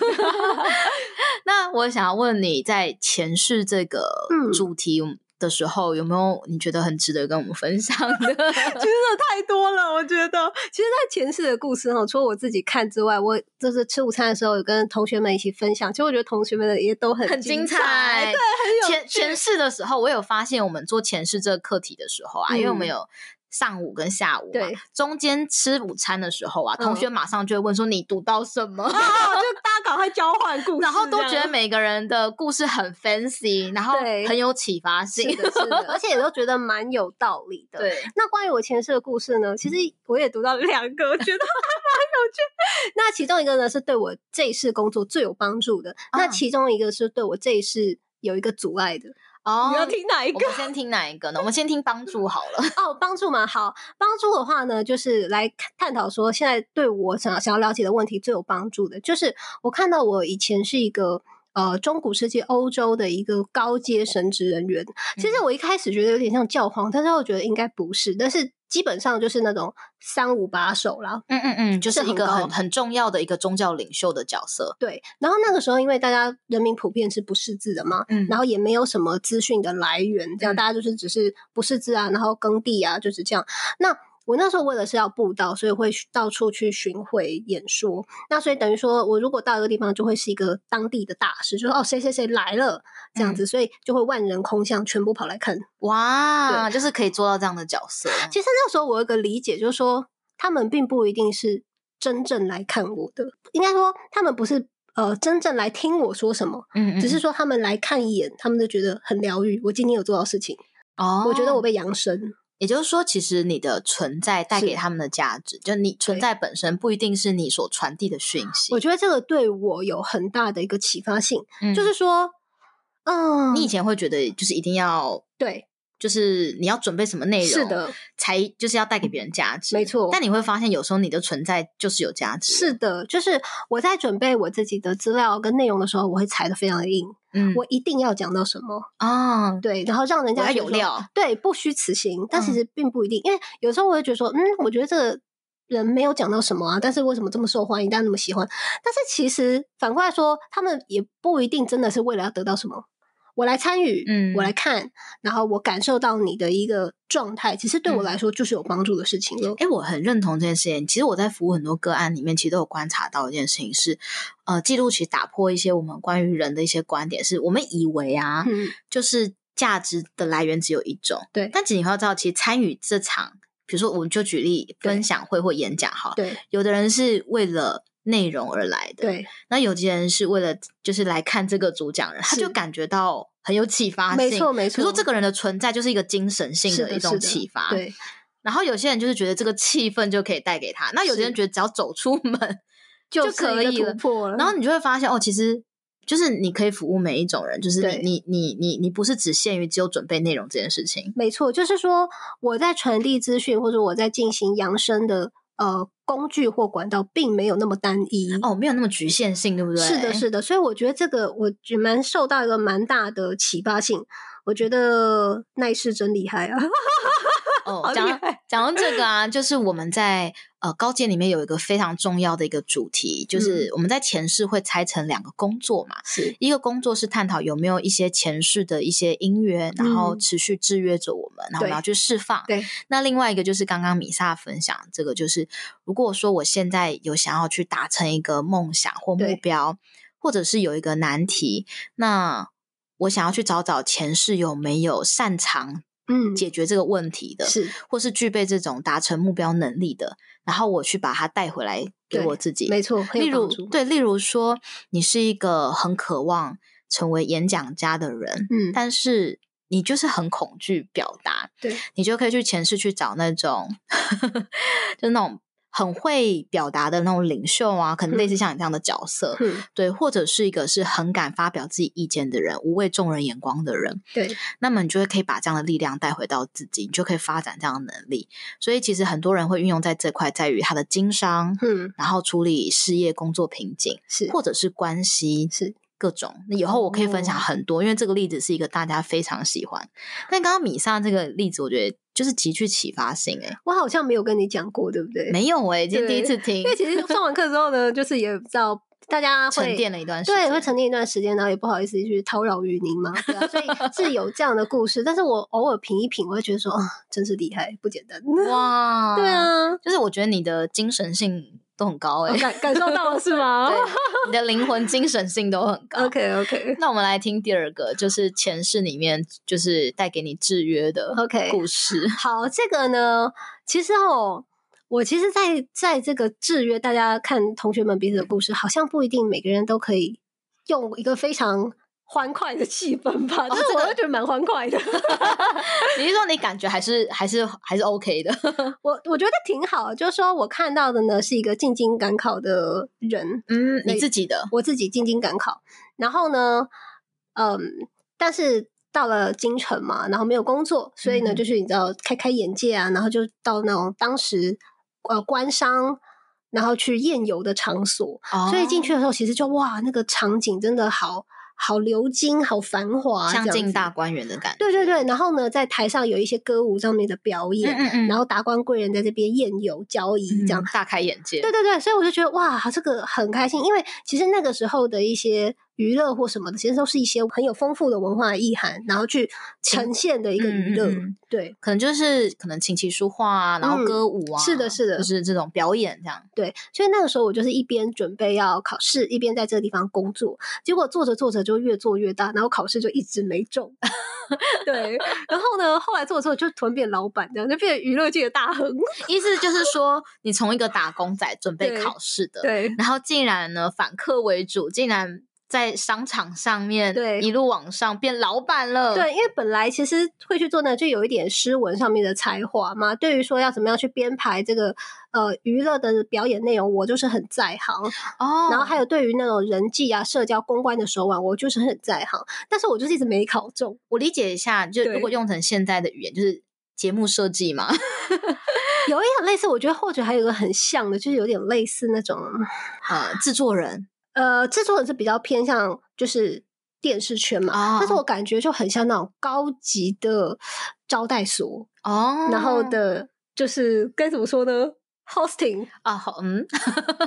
S2: 那我想要问你在前世这个
S3: 嗯
S2: 主题的时候，有没有你觉得很值得跟我们分享的？
S3: 其实真的太多了，我觉得。其实，在前世的故事哈，除了我自己看之外，我就是吃午餐的时候有跟同学们一起分享。其实我觉得同学们的也 都很
S2: 很精
S3: 精
S2: 彩，
S3: 对，很有
S2: 前前世的时候，我有发现我们做前世这个课题的时候啊，
S3: 嗯
S2: 因为我们有。上午跟下午嘛
S3: 对，
S2: 中间吃午餐的时候啊，
S3: 嗯
S2: 同学马上就会问说你读到什 么，
S3: 啊，就大家赶快交换故事，
S2: 然后都
S3: 这
S2: 觉
S3: 样
S2: 得 每个人的故事很 fancy，然后
S3: 啊对
S2: 很有启发
S3: 是
S2: 性。
S3: 的，是的， 而且也都觉得蛮有道理的。。
S2: 对，
S3: 那关于我前世的故事呢，其实我也读到两个，我觉得还蛮有趣。 那其中一个呢是对我这一世工作最有帮助的，
S2: 啊
S3: 那其中一个是对我这一世有一个阻碍的。
S2: 哦
S3: 你，要听哪一
S2: 我
S3: 个？
S2: 们先听哪一个呢？我们先听帮助好了。
S3: 哦，帮助嘛，好，帮助的话呢，就是来探讨说现在对我想想要了解的问题最有帮助的，就是我看到我以前是一个。呃，中古世纪欧洲的一个高阶神职人员，其实我一开始觉得有点像教皇，但是我觉得应该不是，但是基本上就是那种三五把手啦，
S2: 嗯嗯嗯，就是
S3: 是
S2: 一
S3: 很
S2: 个
S3: 高
S2: 很很重要的一个宗教领袖的角色。
S3: 对，然后那个时候，因为大家人民普遍是不识字的嘛，
S2: 嗯
S3: 然后也没有什么资讯的来源，这样、
S2: 嗯
S3: 大家就是只是不识字啊，然后耕地啊，就是这样。那我那时候为了是要布道，所以会去到处去巡回演说。那所以等于说，我如果到一个地方，就会是一个当地的大使，就说哦谁谁谁来了这
S2: 嗯
S3: 样子，所以就会万人空巷，全部跑来看。
S2: 哇，就是可以做到这样的角色。哦
S3: 其实那时候我有一个理解，就是说他们并不一定是真正来看我的，应该说他们不是呃真正来听我说什么。
S2: 嗯
S3: 只是说他们来看一眼，他们就觉得很疗愈。我今天有做到事情，
S2: 哦，
S3: 我觉得我，被扬升。
S2: 也就是说，其实你的存在带给
S3: 是
S2: 他们的价值，就你存在本身不一定是你所传递的讯息。
S3: 我觉得这个对我有很大的一个启发性，
S2: 嗯
S3: 就是说，嗯，
S2: 你以前会觉得，就是一定要，
S3: 对，
S2: 就是你要准备什么内容，
S3: 是，的，
S2: 才就是要带给别人价值，
S3: 没错
S2: 但你会发现，有时候你的存在就是有价值。
S3: 是，的，就是我在准备我自己的资料跟内容的时候，我会裁的非常的硬，
S2: 嗯，
S3: 我一定要讲到什么，
S2: 啊，
S3: 对，然后让人
S2: 我要
S3: 家觉得
S2: 有
S3: 说，
S2: 料。
S3: 对，不虚此行。但其
S2: 嗯
S3: 实并不一定，因为有时候我会觉得说，嗯，我觉得这个人没有讲到什么啊，但是为什么这么受欢迎，大家那么喜欢？但是其实反过来说，他们也不一定真的是为了要得到什么。我来参与，
S2: 嗯
S3: 我来看，然后我感受到你的一个状态，其实对
S2: 嗯
S3: 我来说就是有帮助的事情了。
S2: 哎、我很认同这件事情。其实我在服务很多个案里面，其实都有观察到一件事情是，呃，记录其实打破一些我们关于人的一些观点，是我们以为啊，
S3: 嗯，
S2: 就是价值的来源只有一种。
S3: 对
S2: 但其实你要知道，其实参与这场，比如说我们就举例
S3: 对
S2: 分享会或演讲哈，
S3: 对
S2: 有的人是为了。内容而来的，
S3: 对，
S2: 那有些人是为了就是来看这个主讲人，他
S3: 是
S2: 就感觉到很有启发性。
S3: 没错没
S2: 比如说
S3: 错，
S2: 这个人的存在就是一个精神性
S3: 是的
S2: 一种
S3: 是的
S2: 启发。
S3: 对
S2: 然后有些人就是觉得这个气氛就可以带给他，那有些人
S3: 是嗯
S2: 觉得只要走出门就是
S3: 一
S2: 可
S3: 个
S2: 以了
S3: 突。破了。
S2: 然后你就会发现，哦，其实就是你可以服务每一种人，就是
S3: 对
S2: 你你你你你不是只限于只有准备内容这件事情。
S3: 没错，就是说我在传递资讯或者我在进行扬声的呃工具或管道，并没有那么单一。
S2: 哦，没有那么局限性，对不对？
S3: 是的，是的，所以我觉得这个我觉得蛮受到一个蛮大的启发性。我觉得那一世真厉害啊！
S2: 哦
S3: 好，厉
S2: 讲到
S3: 害
S2: 讲到这个啊，就是我们在呃高阶里面有一个非常重要的一个主题，就是我们在前世会拆成两个工作嘛，
S3: 嗯是
S2: 一个工作是探讨有没有一些前世的一些因缘，然后
S3: 嗯
S2: 持续制约着我们，然后我们
S3: 对
S2: 要去释放。
S3: 对，
S2: 那另外一个就是刚刚米萨分享这个，就是如果说我现在有想要去达成一个梦想或目
S3: 对
S2: 标，或者是有一个难题，那我想要去找找前世有没有擅长
S3: 嗯，
S2: 解决这个问题的，
S3: 是
S2: 或是具备这种达成目标能力的，然后我去把它带回来给
S3: 对
S2: 我自己。
S3: 没错，很有
S2: 例如
S3: 帮助，
S2: 对，例如说你是一个很渴望成为演讲家的人，
S3: 嗯，
S2: 但是你就是很恐惧表达，
S3: 对，
S2: 你就可以去前世去找那种， 就那种很会表达的那种领袖啊，可能类似像你这样的角色，
S3: 嗯，
S2: 对，或者是一个是很敢发表自己意见的人，无畏众人眼光的人，
S3: 对，
S2: 那么你就会可以把这样的力量带回到自己，你就可以发展这样的能力。所以其实很多人会运用在这块，在于他的经商，
S3: 嗯，
S2: 然后处理事业、工作瓶颈。
S3: 是
S2: 或者是关系
S3: 是
S2: 各种。那以后我可以分享
S3: 哦
S2: 很多，因为这个例子是一个大家非常喜欢。但刚刚米莎这个例子，我觉得就是极具启发性、欸。
S3: 我好像没有跟你讲过，对不对？
S2: 没有哎、欸，今天第一
S3: 对
S2: 次听
S3: 因为，其实上完课之后呢，就是也不知道大家
S2: 沉
S3: 会
S2: 淀了一段时间，
S3: 对，会沉淀一段时间，然后也不好意思去叨扰于您嘛，对啊，所以是有这样的故事，但是我偶尔品一品，我会觉得说，啊，真是厉害，不简单。
S2: 哇，
S3: 对，啊，
S2: 就是我觉得你的精神性都很高哎、
S3: 我
S2: 欸，
S3: 感感受到了是吗
S2: 对，你的灵魂精神性都很高。
S3: ？OK OK
S2: 那我们来听第二个，就是前世里面就是带给你制约的
S3: OK，
S2: 故事。
S3: 好，这个呢，其实哦。我其实在，在这个制约大家看同学们彼此的故事，好像不一定每个人都可以用一个非常欢快的气氛 吧，但是
S2: 哦这
S3: 我
S2: 个
S3: 又觉得蛮欢 快的。
S2: 你是说你感觉还是还是还是 OK 的？
S3: 我我觉得挺好，就是说我看到的呢是一个进京赶考的人，
S2: 嗯，
S3: 那
S2: 你自己的
S3: 我自己进京赶考，然后呢，嗯，但是到了京城嘛，然后没有工作，所以呢，
S2: 嗯
S3: 就是你知道开开眼界啊，然后就到那种当时呃官商。然后去宴游的场所，所以进去
S2: 哦
S3: 的时候，其实就哇，那个场景真的好好流金，好繁华，
S2: 像
S3: 这样
S2: 进
S3: 子
S2: 大观园的感觉。
S3: 对对对，然后呢，在台上有一些歌舞上面的表演，
S2: 嗯嗯
S3: 然后达官贵人在这边宴游交谊这样。
S2: 嗯大开眼界。
S3: 对对对，所以我就觉得哇，这个很开心，因为其实那个时候的一些娱乐或什么的，其实都是一些很有丰富的文化意涵，然后去呈现的一个娱乐。
S2: 嗯嗯嗯
S3: 对
S2: 可能就是可能琴棋书画啊，然后
S3: 嗯
S2: 歌舞啊，
S3: 是的是的
S2: 就是这种表演这样。
S3: 对，所以那个时候我就是一边准备要考试，一边在这个地方工作，结果做着做着就越做越大，然后考试就一直没中。 对，然后呢，后来做着做着就突然变老板，这样就变成娱乐界的大亨。
S2: 意思就是说，你从一个打工仔准备
S3: 对
S2: 考试的，
S3: 对，
S2: 然后竟然呢反客为主，竟然在商场上面
S3: 对
S2: 一路往上变老板了。
S3: 对，因为本来其实会去做那个，就有一点诗文上面的才华嘛。对于说要怎么样去编排这个呃娱乐的表演内容，我就是很在行。
S2: 哦，
S3: 然后还有对于那种人际啊、社交、公关的手腕，我就是很在行。但是我就是一直没考中。
S2: 我理解一下，就
S3: 对
S2: 如果用成现在的语言，就是节目设计嘛。
S3: 有一点类似，我觉得或者还有一个很像的，就是有点类似那种
S2: 呃，制作人
S3: 呃，制作人是比较偏向就是。电视圈嘛
S2: 啊
S3: 但是我感觉就很像那种高级的招待所，
S2: 哦，
S3: 然后的，就是该怎么说呢？hosting，
S2: 啊，好，嗯，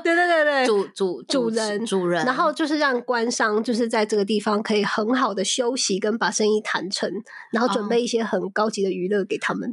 S3: 对对对对，
S2: 主主
S3: 哎主
S2: 持
S3: 人
S2: 主人，
S3: 然后就是让官商就是在这个地方可以很好的休息跟把生意谈成，然后准
S2: 哦
S3: 备一些很高级的娱乐给他们。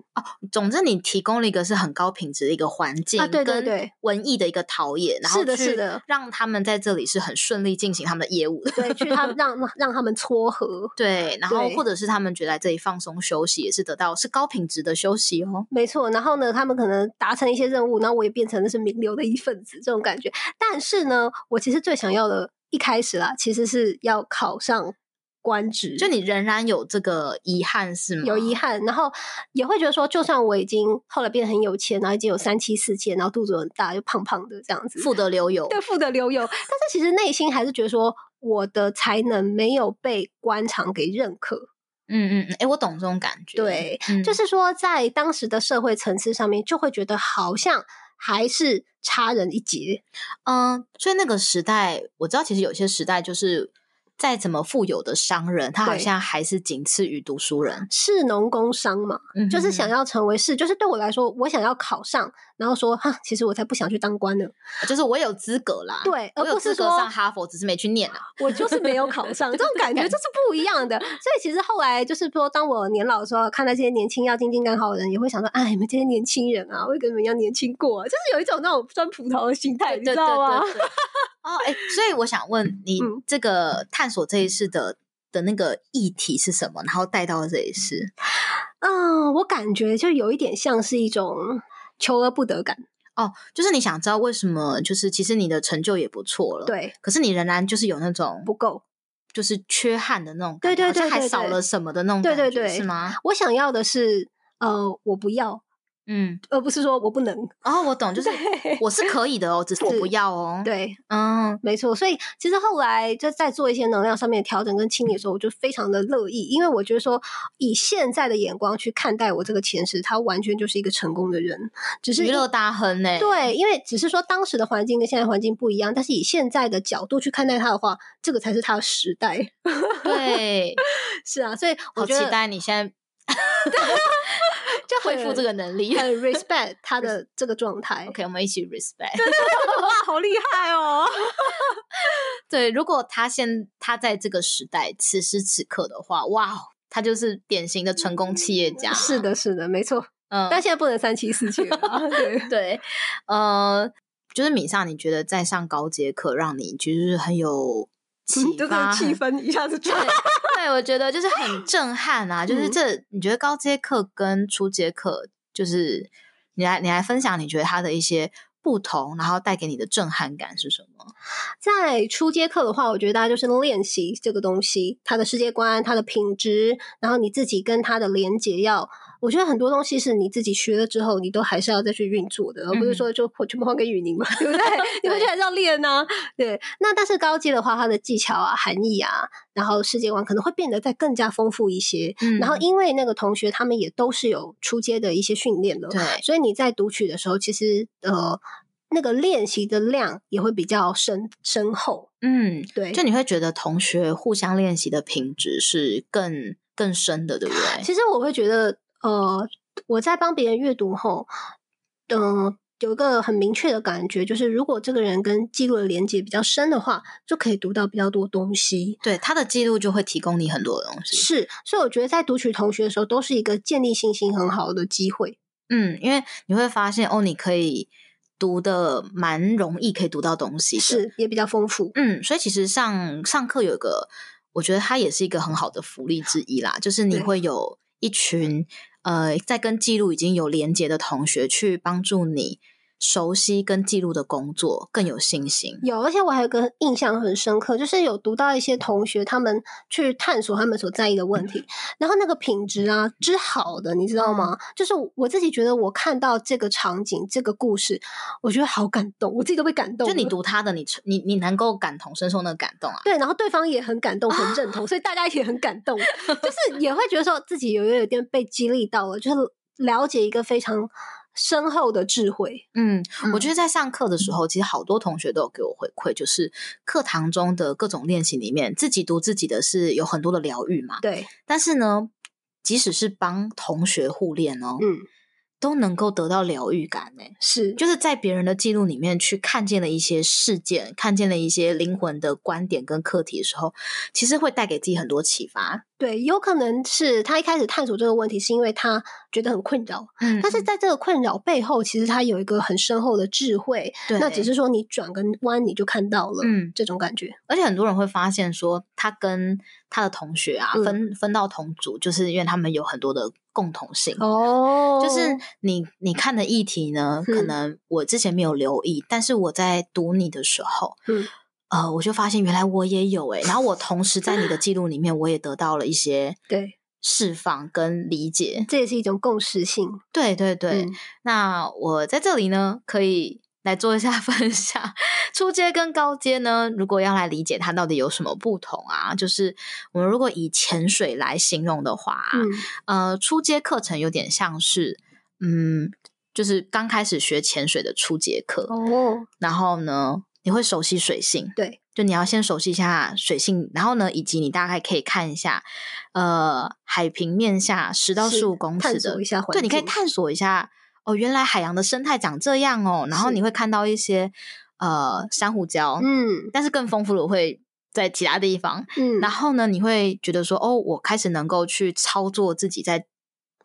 S2: 总之，你提供了一个是很高品质的一个环境，
S3: 啊对对对，
S2: 文艺的一个陶冶，然后
S3: 是的
S2: 去
S3: 是的
S2: 让他们在这里是很顺利进行他们的业务的。
S3: 对， 去他们让让他们撮合。
S2: 对，然后
S3: 对
S2: 或者是他们觉得在这里放松休息，也是得到是高品质的休息哦。
S3: 没错，然后呢，他们可能达成一些任务，然后我也变成了是名流的一份子，这种感觉。但是呢，我其实最想要的，一开始啦，其实是要考上官职，
S2: 就你仍然有这个遗憾是吗？
S3: 有遗憾，然后也会觉得说，就算我已经后来变得很有钱，然后已经有三妻四妾，然后肚子很大，又胖胖的这样子，
S2: 富得流油。
S3: 对富得流油，但是其实内心还是觉得说，我的才能没有被官场给认可。
S2: 嗯嗯嗯，哎，我懂这种感觉。
S3: 对，
S2: 嗯
S3: 就是说，在当时的社会层次上面，就会觉得好像还是差人一截。
S2: 嗯，所以那个时代，我知道其实有些时代就是再怎么富有的商人，他好
S3: 对
S2: 像还是仅次于读书人，
S3: 士农工商嘛，
S2: 嗯
S3: 就是
S2: 哼
S3: 想要成为士，就是对我来说，我想要考上，然后说哈，其实我才不想去当官呢。
S2: 就是我有资格啦，
S3: 对而
S2: 我有
S3: 不是
S2: 资格
S3: 说
S2: 上哈佛，只是没去念啊。
S3: 我就是没有 考上，这种感觉就是不一样的。所以其实后来就是说，当我年老的时候，看到这些年轻要进京赶考的人，也会想说，哎，你们这些年轻人啊，我也跟你们一样年轻过啊，就是有一种那种酸葡萄的心态，哎你知道吗？
S2: 对对对对哦，哎、所以我想问你
S3: 嗯，
S2: 这个探索这一世的的那个议题是什么？然后带到这一世
S3: 嗯，我感觉就有一点像是一种求而不得感。
S2: 哦，就是你想知道为什么？就是其实你的成就也不错了，。
S3: 对，
S2: 可是你仍然就是有那种
S3: 不够。
S2: 就是缺憾的那种
S3: 对
S2: 感觉，
S3: 对对
S2: 好像
S3: 对
S2: 还少
S3: 对
S2: 了什么的那种
S3: 对
S2: 感
S3: 对
S2: 觉，
S3: 对
S2: 是吗？
S3: 我想要的是，呃，我不要，
S2: 嗯，
S3: 而不是说我不能。
S2: 哦，我懂，就是我是可以的哦，只是我
S3: 是
S2: 不要哦，，
S3: 对，
S2: 嗯，
S3: 没错，所以其实后来就在做一些能量上面的调整跟清理的时候，我就非常的乐意，因为我觉得说以现在的眼光去看待我这个前世，他完全就是一个成功的人，只是
S2: 娱乐大亨欸呢、
S3: 对，因为只是说当时的环境跟现在环境不一样，但是以现在的角度去看待他的话，这个才是他的时代。
S2: 对，
S3: 是啊，所以 我
S2: 好
S3: 觉
S2: 期
S3: 得
S2: 待你 现在
S3: 就
S2: 恢复这
S3: 个
S2: 个能力。
S3: 很 respect 他的这个状态。
S2: OK，我们一起 respect。
S3: 哇，好厉害哦！
S2: 对，如果他现他在这个时代此时此刻的话，哇，哦他就是典型的成功企业家。
S3: 是，的，是的，没 错。
S2: 嗯，
S3: 但现在不能三妻四妾了。啊对，
S2: 对，呃，就是米莎，你觉得在上高阶课让你就是很有启
S3: 就这
S2: 发
S3: 个气
S2: 很
S3: 氛一下子就
S2: 对，对我觉得就是 很震撼啊！就是
S3: 嗯
S2: 这，你觉得高阶课跟初阶课，就是你来你来分享，你觉得它的一些不同，然后带给你的震撼感是什 么？
S3: 在初阶课的话，我觉得大家就是练习这个东西，它的世界观、它的品质，然后你自己跟它的连接要。我觉得很多东西是你自己学了之后，你都还是要再去运作的，而不是说就全部还给雨宁嘛，对不对？ 你回去还是要练呐、对，那但是高阶的话，它的技巧啊、含义啊，然后世界观可能会变得再更加丰富一些。
S2: 嗯
S3: 然后因为那个同学他们也都是有初阶的一些训练的，
S2: 对，
S3: 所以你在读取的时候，其实呃，那个练习的量也会比较深深厚。
S2: 嗯，
S3: 对，
S2: 就你会觉得同学互相练习的品质是更更深的，对不对？
S3: 其实我会觉得，呃，我在帮别人阅读后，嗯、有一个很明确的感觉，就是如果这个人跟记录的连接比较深的话，就可以读到比较多东西。
S2: 对，他的记录就会提供你很多的东西。
S3: 是，所以我觉得在读取同学的时候，都是一个建立信心很好的机会。
S2: 嗯，因为你会发现哦，你可以读的蛮容易，可以读到东西的。
S3: 是也比较丰富。
S2: 嗯，所以其实上上课有一个，我觉得它也是一个很好的福利之一啦，就是你
S3: 对
S2: 会有一群呃，在跟记录已经有连结的同学去帮助你熟悉跟记录的工作，更有信心。
S3: 有，而且我还有一个印象很深刻，就是有读到一些同学他们去探索他们所在意的问题，然后那个品质啊之好的，你知道
S2: 嗯
S3: 吗？就是我自己觉得我看到这个场景、这个故事，我觉得好感动，我自己都被感动
S2: 就
S3: 了。
S2: 你读他的，你你你能够感同身受那个感动啊，
S3: 对，然后对方也很感动，很认同，所以大家也很感动， 就是也会觉得说自己有有点被激励到了，就是了解一个非常深厚的智慧。
S2: 嗯，我觉
S3: 得
S2: 得在上课的时候，其实好多同学都有给我回馈，就是课堂中的各种练习里面，自己读自己的是有很多的疗愈嘛，
S3: 对，
S2: 但是呢，即使是帮同学互练哦，
S3: 嗯，
S2: 都能够得到疗愈感呢、
S3: 是，
S2: 就是在别人的记录里面去看见了一些事件，看见了一些灵魂的观点跟课题的时候，其实会带给自己很多启发。
S3: 对，有可能是他一开始探索这个问题，是因为他觉得很困扰，
S2: 嗯
S3: 但是在这个困扰背后，其实他有一个很深厚的智慧。
S2: 对，
S3: 那只是说你转个弯你就看到了，
S2: 嗯
S3: 这种感觉。
S2: 而且很多人会发现说，他跟他的同学啊
S3: 嗯
S2: 分、分到同组，就是因为他们有很多的共同性。
S3: 哦
S2: 就是你你看的议题呢，可
S3: 嗯
S2: 能我之前没有留意，但是我在读你的时候，
S3: 嗯
S2: 呃，我就发现原来我也有诶、然后我同时在你的记录里面，我也得到了一些
S3: 对，
S2: 释放跟理解。
S3: 这也是一种共识性。
S2: 对对对，
S3: 嗯
S2: 那我在这里呢，可以来做一下 分享。初阶跟高阶呢，如果要来理解它到底有什么不同啊，就是我们如果以潜水来形容的话啊、
S3: 嗯
S2: 呃，初阶课程有点像是，嗯，就是刚开始学潜水的初阶课，
S3: 哦，
S2: 然后呢，你会熟悉水性，
S3: 对，
S2: 就你要先熟悉一下水性，然后呢，以及你大概可以看一下，呃，海平面下十到
S3: 是
S2: 十五公
S3: 探
S2: 尺的
S3: 索一下环
S2: 对，
S3: 境，
S2: 你可以探索一下哦，原来海洋的生态长这样哦，然后
S3: 是
S2: 你会看到一些呃珊瑚礁，
S3: 嗯
S2: 但是更丰富的会在其他地方。
S3: 嗯，
S2: 然后呢，你会觉得说哦，我开始能够去操作自己在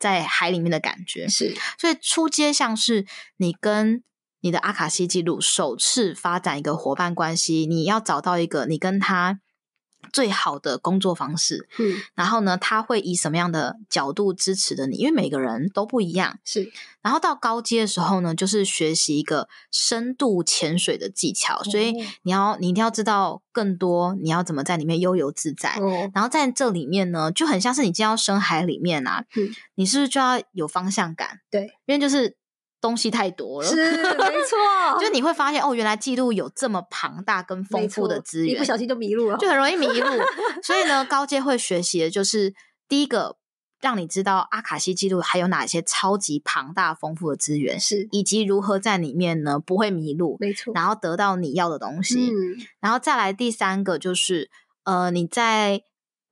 S2: 在海里面的感觉。
S3: 是
S2: 所以出街像是你跟你的阿卡西记录首次发展一个伙伴关系，你要找到一个你跟他最好的工作方式，
S3: 嗯
S2: 然后呢，他会以什么样的角度支持着你？因为每个人都不一样。
S3: 是
S2: 然后到高阶的时候呢，就是学习一个深度潜水的技巧，所以
S3: 哦
S2: 你要你一定要知道更多，你要怎么在里面悠游自在。
S3: 哦，
S2: 然后在这里面呢，就很像是你今天要深海里面啊，
S3: 嗯
S2: 你是不是就要有方向感？
S3: 对，
S2: 因为就是东西太多了，
S3: 是啊没错，
S2: 就你会发现哦，原来记录有这么庞大跟丰
S3: 没
S2: 富的
S3: 错
S2: 资
S3: 一
S2: 源
S3: 不，小心就迷路了，
S2: 就很容易迷 路。所以呢，高阶会学习的就是第一个，让你知道阿卡西记录还有哪些超级庞大丰富的资源，
S3: 是
S2: 以及如何在里面呢不会迷路，
S3: 没错，
S2: 然后得到你要的东西。
S3: 嗯
S2: 然后再来第三个就是，呃，你在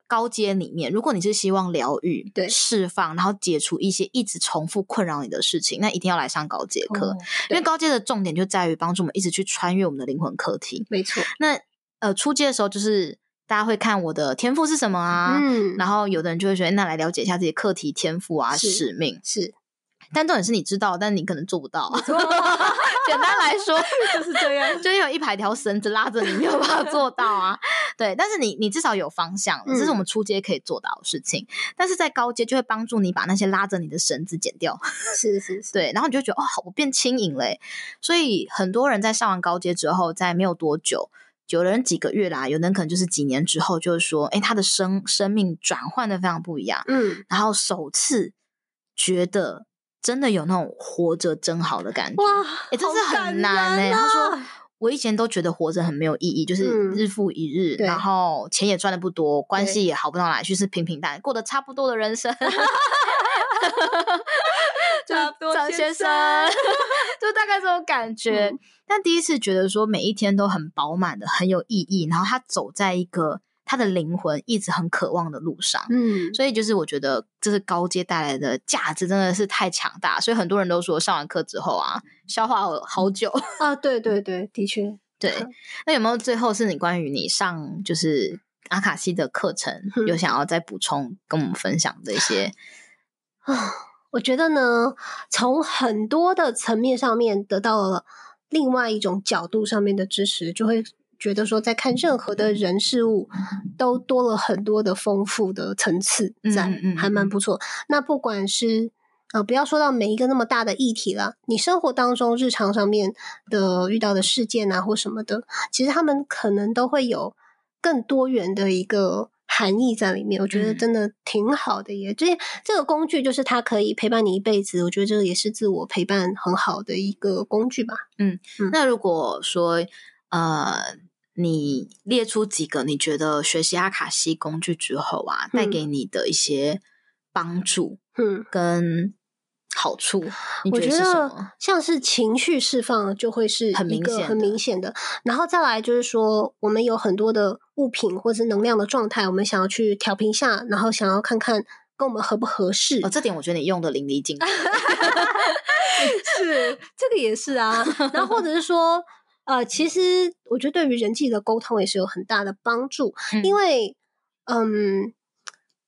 S2: 高阶里面，如果你是希望疗愈、
S3: 对
S2: 释放，然后解除一些一直重复困扰你的事情，那一定要来上高阶课，
S3: 哦
S2: 因
S3: 对
S2: 为高阶的重点就在于帮助我们一直去穿越我们的灵魂课题。
S3: 没错，
S2: 那呃，初阶的时候就是大家会看我的天赋是什么啊，
S3: 嗯，
S2: 然后有的人就会觉得那来了解一下自己的课题、天赋啊、
S3: 是
S2: 使命，
S3: 是
S2: 但重点是你知道，但你可能做不 到。 简单来说
S3: 就是这 样，
S2: 就有一排条绳子拉着你，没有办法做到啊。 对，但是你你至少有方向了，
S3: 嗯
S2: 这是我们初阶可以做到的事情。但是在高阶就会帮助你把那些拉着你的绳子剪掉，
S3: 是是是，
S2: 对，然后你就觉得哦，我变轻盈嘞。所以很多人在上完高阶之后，在没有多久。有的人几个月啦，有的人可能就是几年之后，就是说，哎，他的生生命转换的非常不一样，
S3: 嗯，
S2: 然后首次觉得真的有那种活着真好的感觉。
S3: 哇，
S2: 哎、真
S3: 好
S2: 是
S3: 感
S2: 很难哎、
S3: 人
S2: 他说
S3: 啊，
S2: 我以前都觉得活着很没有意义，就是
S3: 嗯
S2: 日复一日，
S3: 对
S2: 然后钱也赚的不多，关系也好不到哪里去，是平平淡，过得差不多的人生。
S3: 哎差不多
S2: 张先生
S3: 生，
S2: 就大概这种感觉。
S3: 嗯
S2: 但第一次觉得说每一天都很饱满的，很有意义，然后他走在一个他的灵魂一直很渴望的路上。
S3: 嗯，
S2: 所以就是我觉得这是高阶带来的价值真的是太强大，所以很多人都说上完课之后啊，消化了好久。
S3: 啊，对对对，的确，
S2: 对，
S3: 嗯
S2: 那有没有最后是你关于你上就是阿卡西的课程、
S3: 嗯
S2: 有想要再补充跟我们分享的一些？
S3: 啊，我觉得呢，从很多的层面上面得到了另外一种角度上面的支持，就会觉得说，在看任何的人事物，都多了很多的丰富的层次在，
S2: 嗯嗯嗯
S3: 还蛮不错。那不管是呃，不要说到每一个那么大的议题了，你生活当中日常上面的遇到的事件啊或什么的，其实他们可能都会有更多元的一个含义在里面。我觉得
S2: 嗯
S3: 真的挺好的耶，这这个工具就是它可以陪伴你一辈子，我觉得这个也是自我陪伴很好的一个工具吧。
S2: 那如果说呃，你列出几个你觉得学习阿卡西工具之后啊，带
S3: 嗯
S2: 给你的一些帮助
S3: 嗯，
S2: 跟好处，你
S3: 我
S2: 觉
S3: 觉
S2: 是什
S3: 得
S2: 么？
S3: 像是情绪释放就会是
S2: 很
S3: 一
S2: 明
S3: 个
S2: 显
S3: 很
S2: 的
S3: 明显的，然后再来就是说，我们有很多的物品或是能量的状态，我们想要去调频下，然后想要看看跟我们合不合适。
S2: 哦，这点我觉得你用的淋漓尽 致。
S3: 是，这个也是啊。 然后或者是说，呃，其实我觉得对于人际的沟通也是有很大的帮助，
S2: 嗯
S3: 因为，嗯，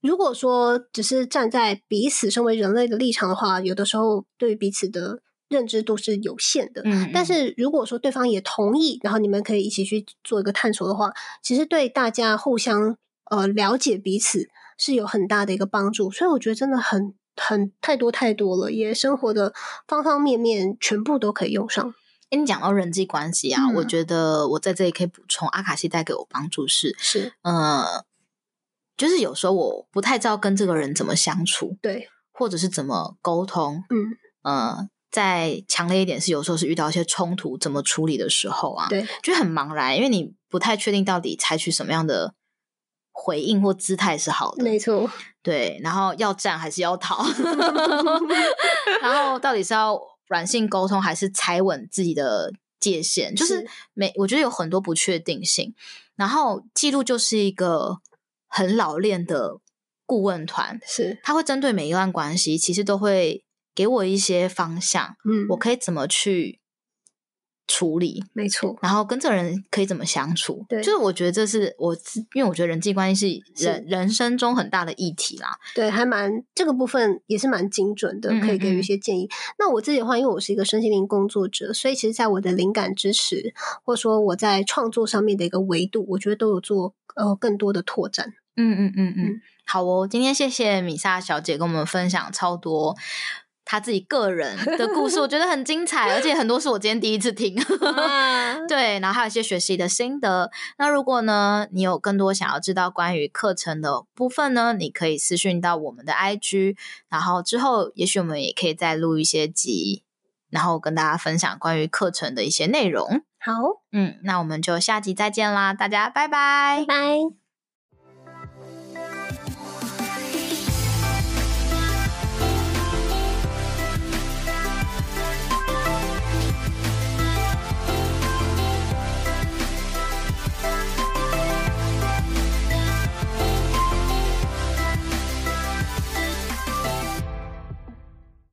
S3: 如果说只是站在彼此身为人类的立场的话，有的时候对于彼此的认知度是有限的。
S2: 嗯
S3: 但是如果说对方也同意，然后你们可以一起去做一个探索的话，其实对大家互相呃了解彼此是有很大的一个帮助。所以我觉得真的很很太多太多了，也生活的方方面面全部都可以用上。
S2: 诶你讲到人际关系啊，
S3: 嗯
S2: 我觉得我在这里可以补充，阿卡西带给我帮助是，
S3: 是
S2: 呃，就是有时候我不太知道跟这个人怎么相处，
S3: 对，
S2: 或者是怎么沟通，
S3: 嗯，
S2: 呃，再强烈一点是，有时候是遇到一些冲突怎么处理的时候啊，
S3: 对，
S2: 就很茫然，因为你不太确定到底采取什么样的回应或姿态是好的，
S3: 没错，
S2: 对，然后要战还是要逃， 然后到底是要软性沟通还是踩稳自己的界限，就是
S3: 是
S2: 每我觉得有很多不确定性。然后记录就是一个很老练的顾问团，
S3: 是，
S2: 他会针对每一段关系，其实都会给我一些方向，
S3: 嗯，
S2: 我可以怎么去处理，
S3: 没错，
S2: 然后跟这个人可以怎么相处？
S3: 对
S2: 就是我觉得这是我自，因为我觉得人际关系是
S3: 是
S2: 人人生中很大的议题啦。
S3: 对，还蛮这个部分也是蛮精准的
S2: 嗯，
S3: 可以给
S2: 嗯
S3: 予
S2: 嗯
S3: 一些建议。那我自己的话，因为我是一个身心灵工作者，所以其实在我的灵感支持，或者说我在创作上面的一个维度，我觉得都有做呃更多的拓展。
S2: 嗯嗯嗯嗯
S3: 嗯，
S2: 好哦，今天谢谢米莎小姐跟我们分享超多。她自己个人的故事，我觉得很精彩，而且很多是我今天第一次听。
S3: 嗯
S2: 对，然后还有一些学习的心得。那如果呢，你有更多想要知道关于课程的部分呢，你可以私讯到我们的 IG，然后之后也许我们也可以再录一些集，然后跟大家分享关于课程的一些内容。
S3: 好，
S2: 嗯，那我们就下集再见啦，大家拜拜
S3: 拜拜。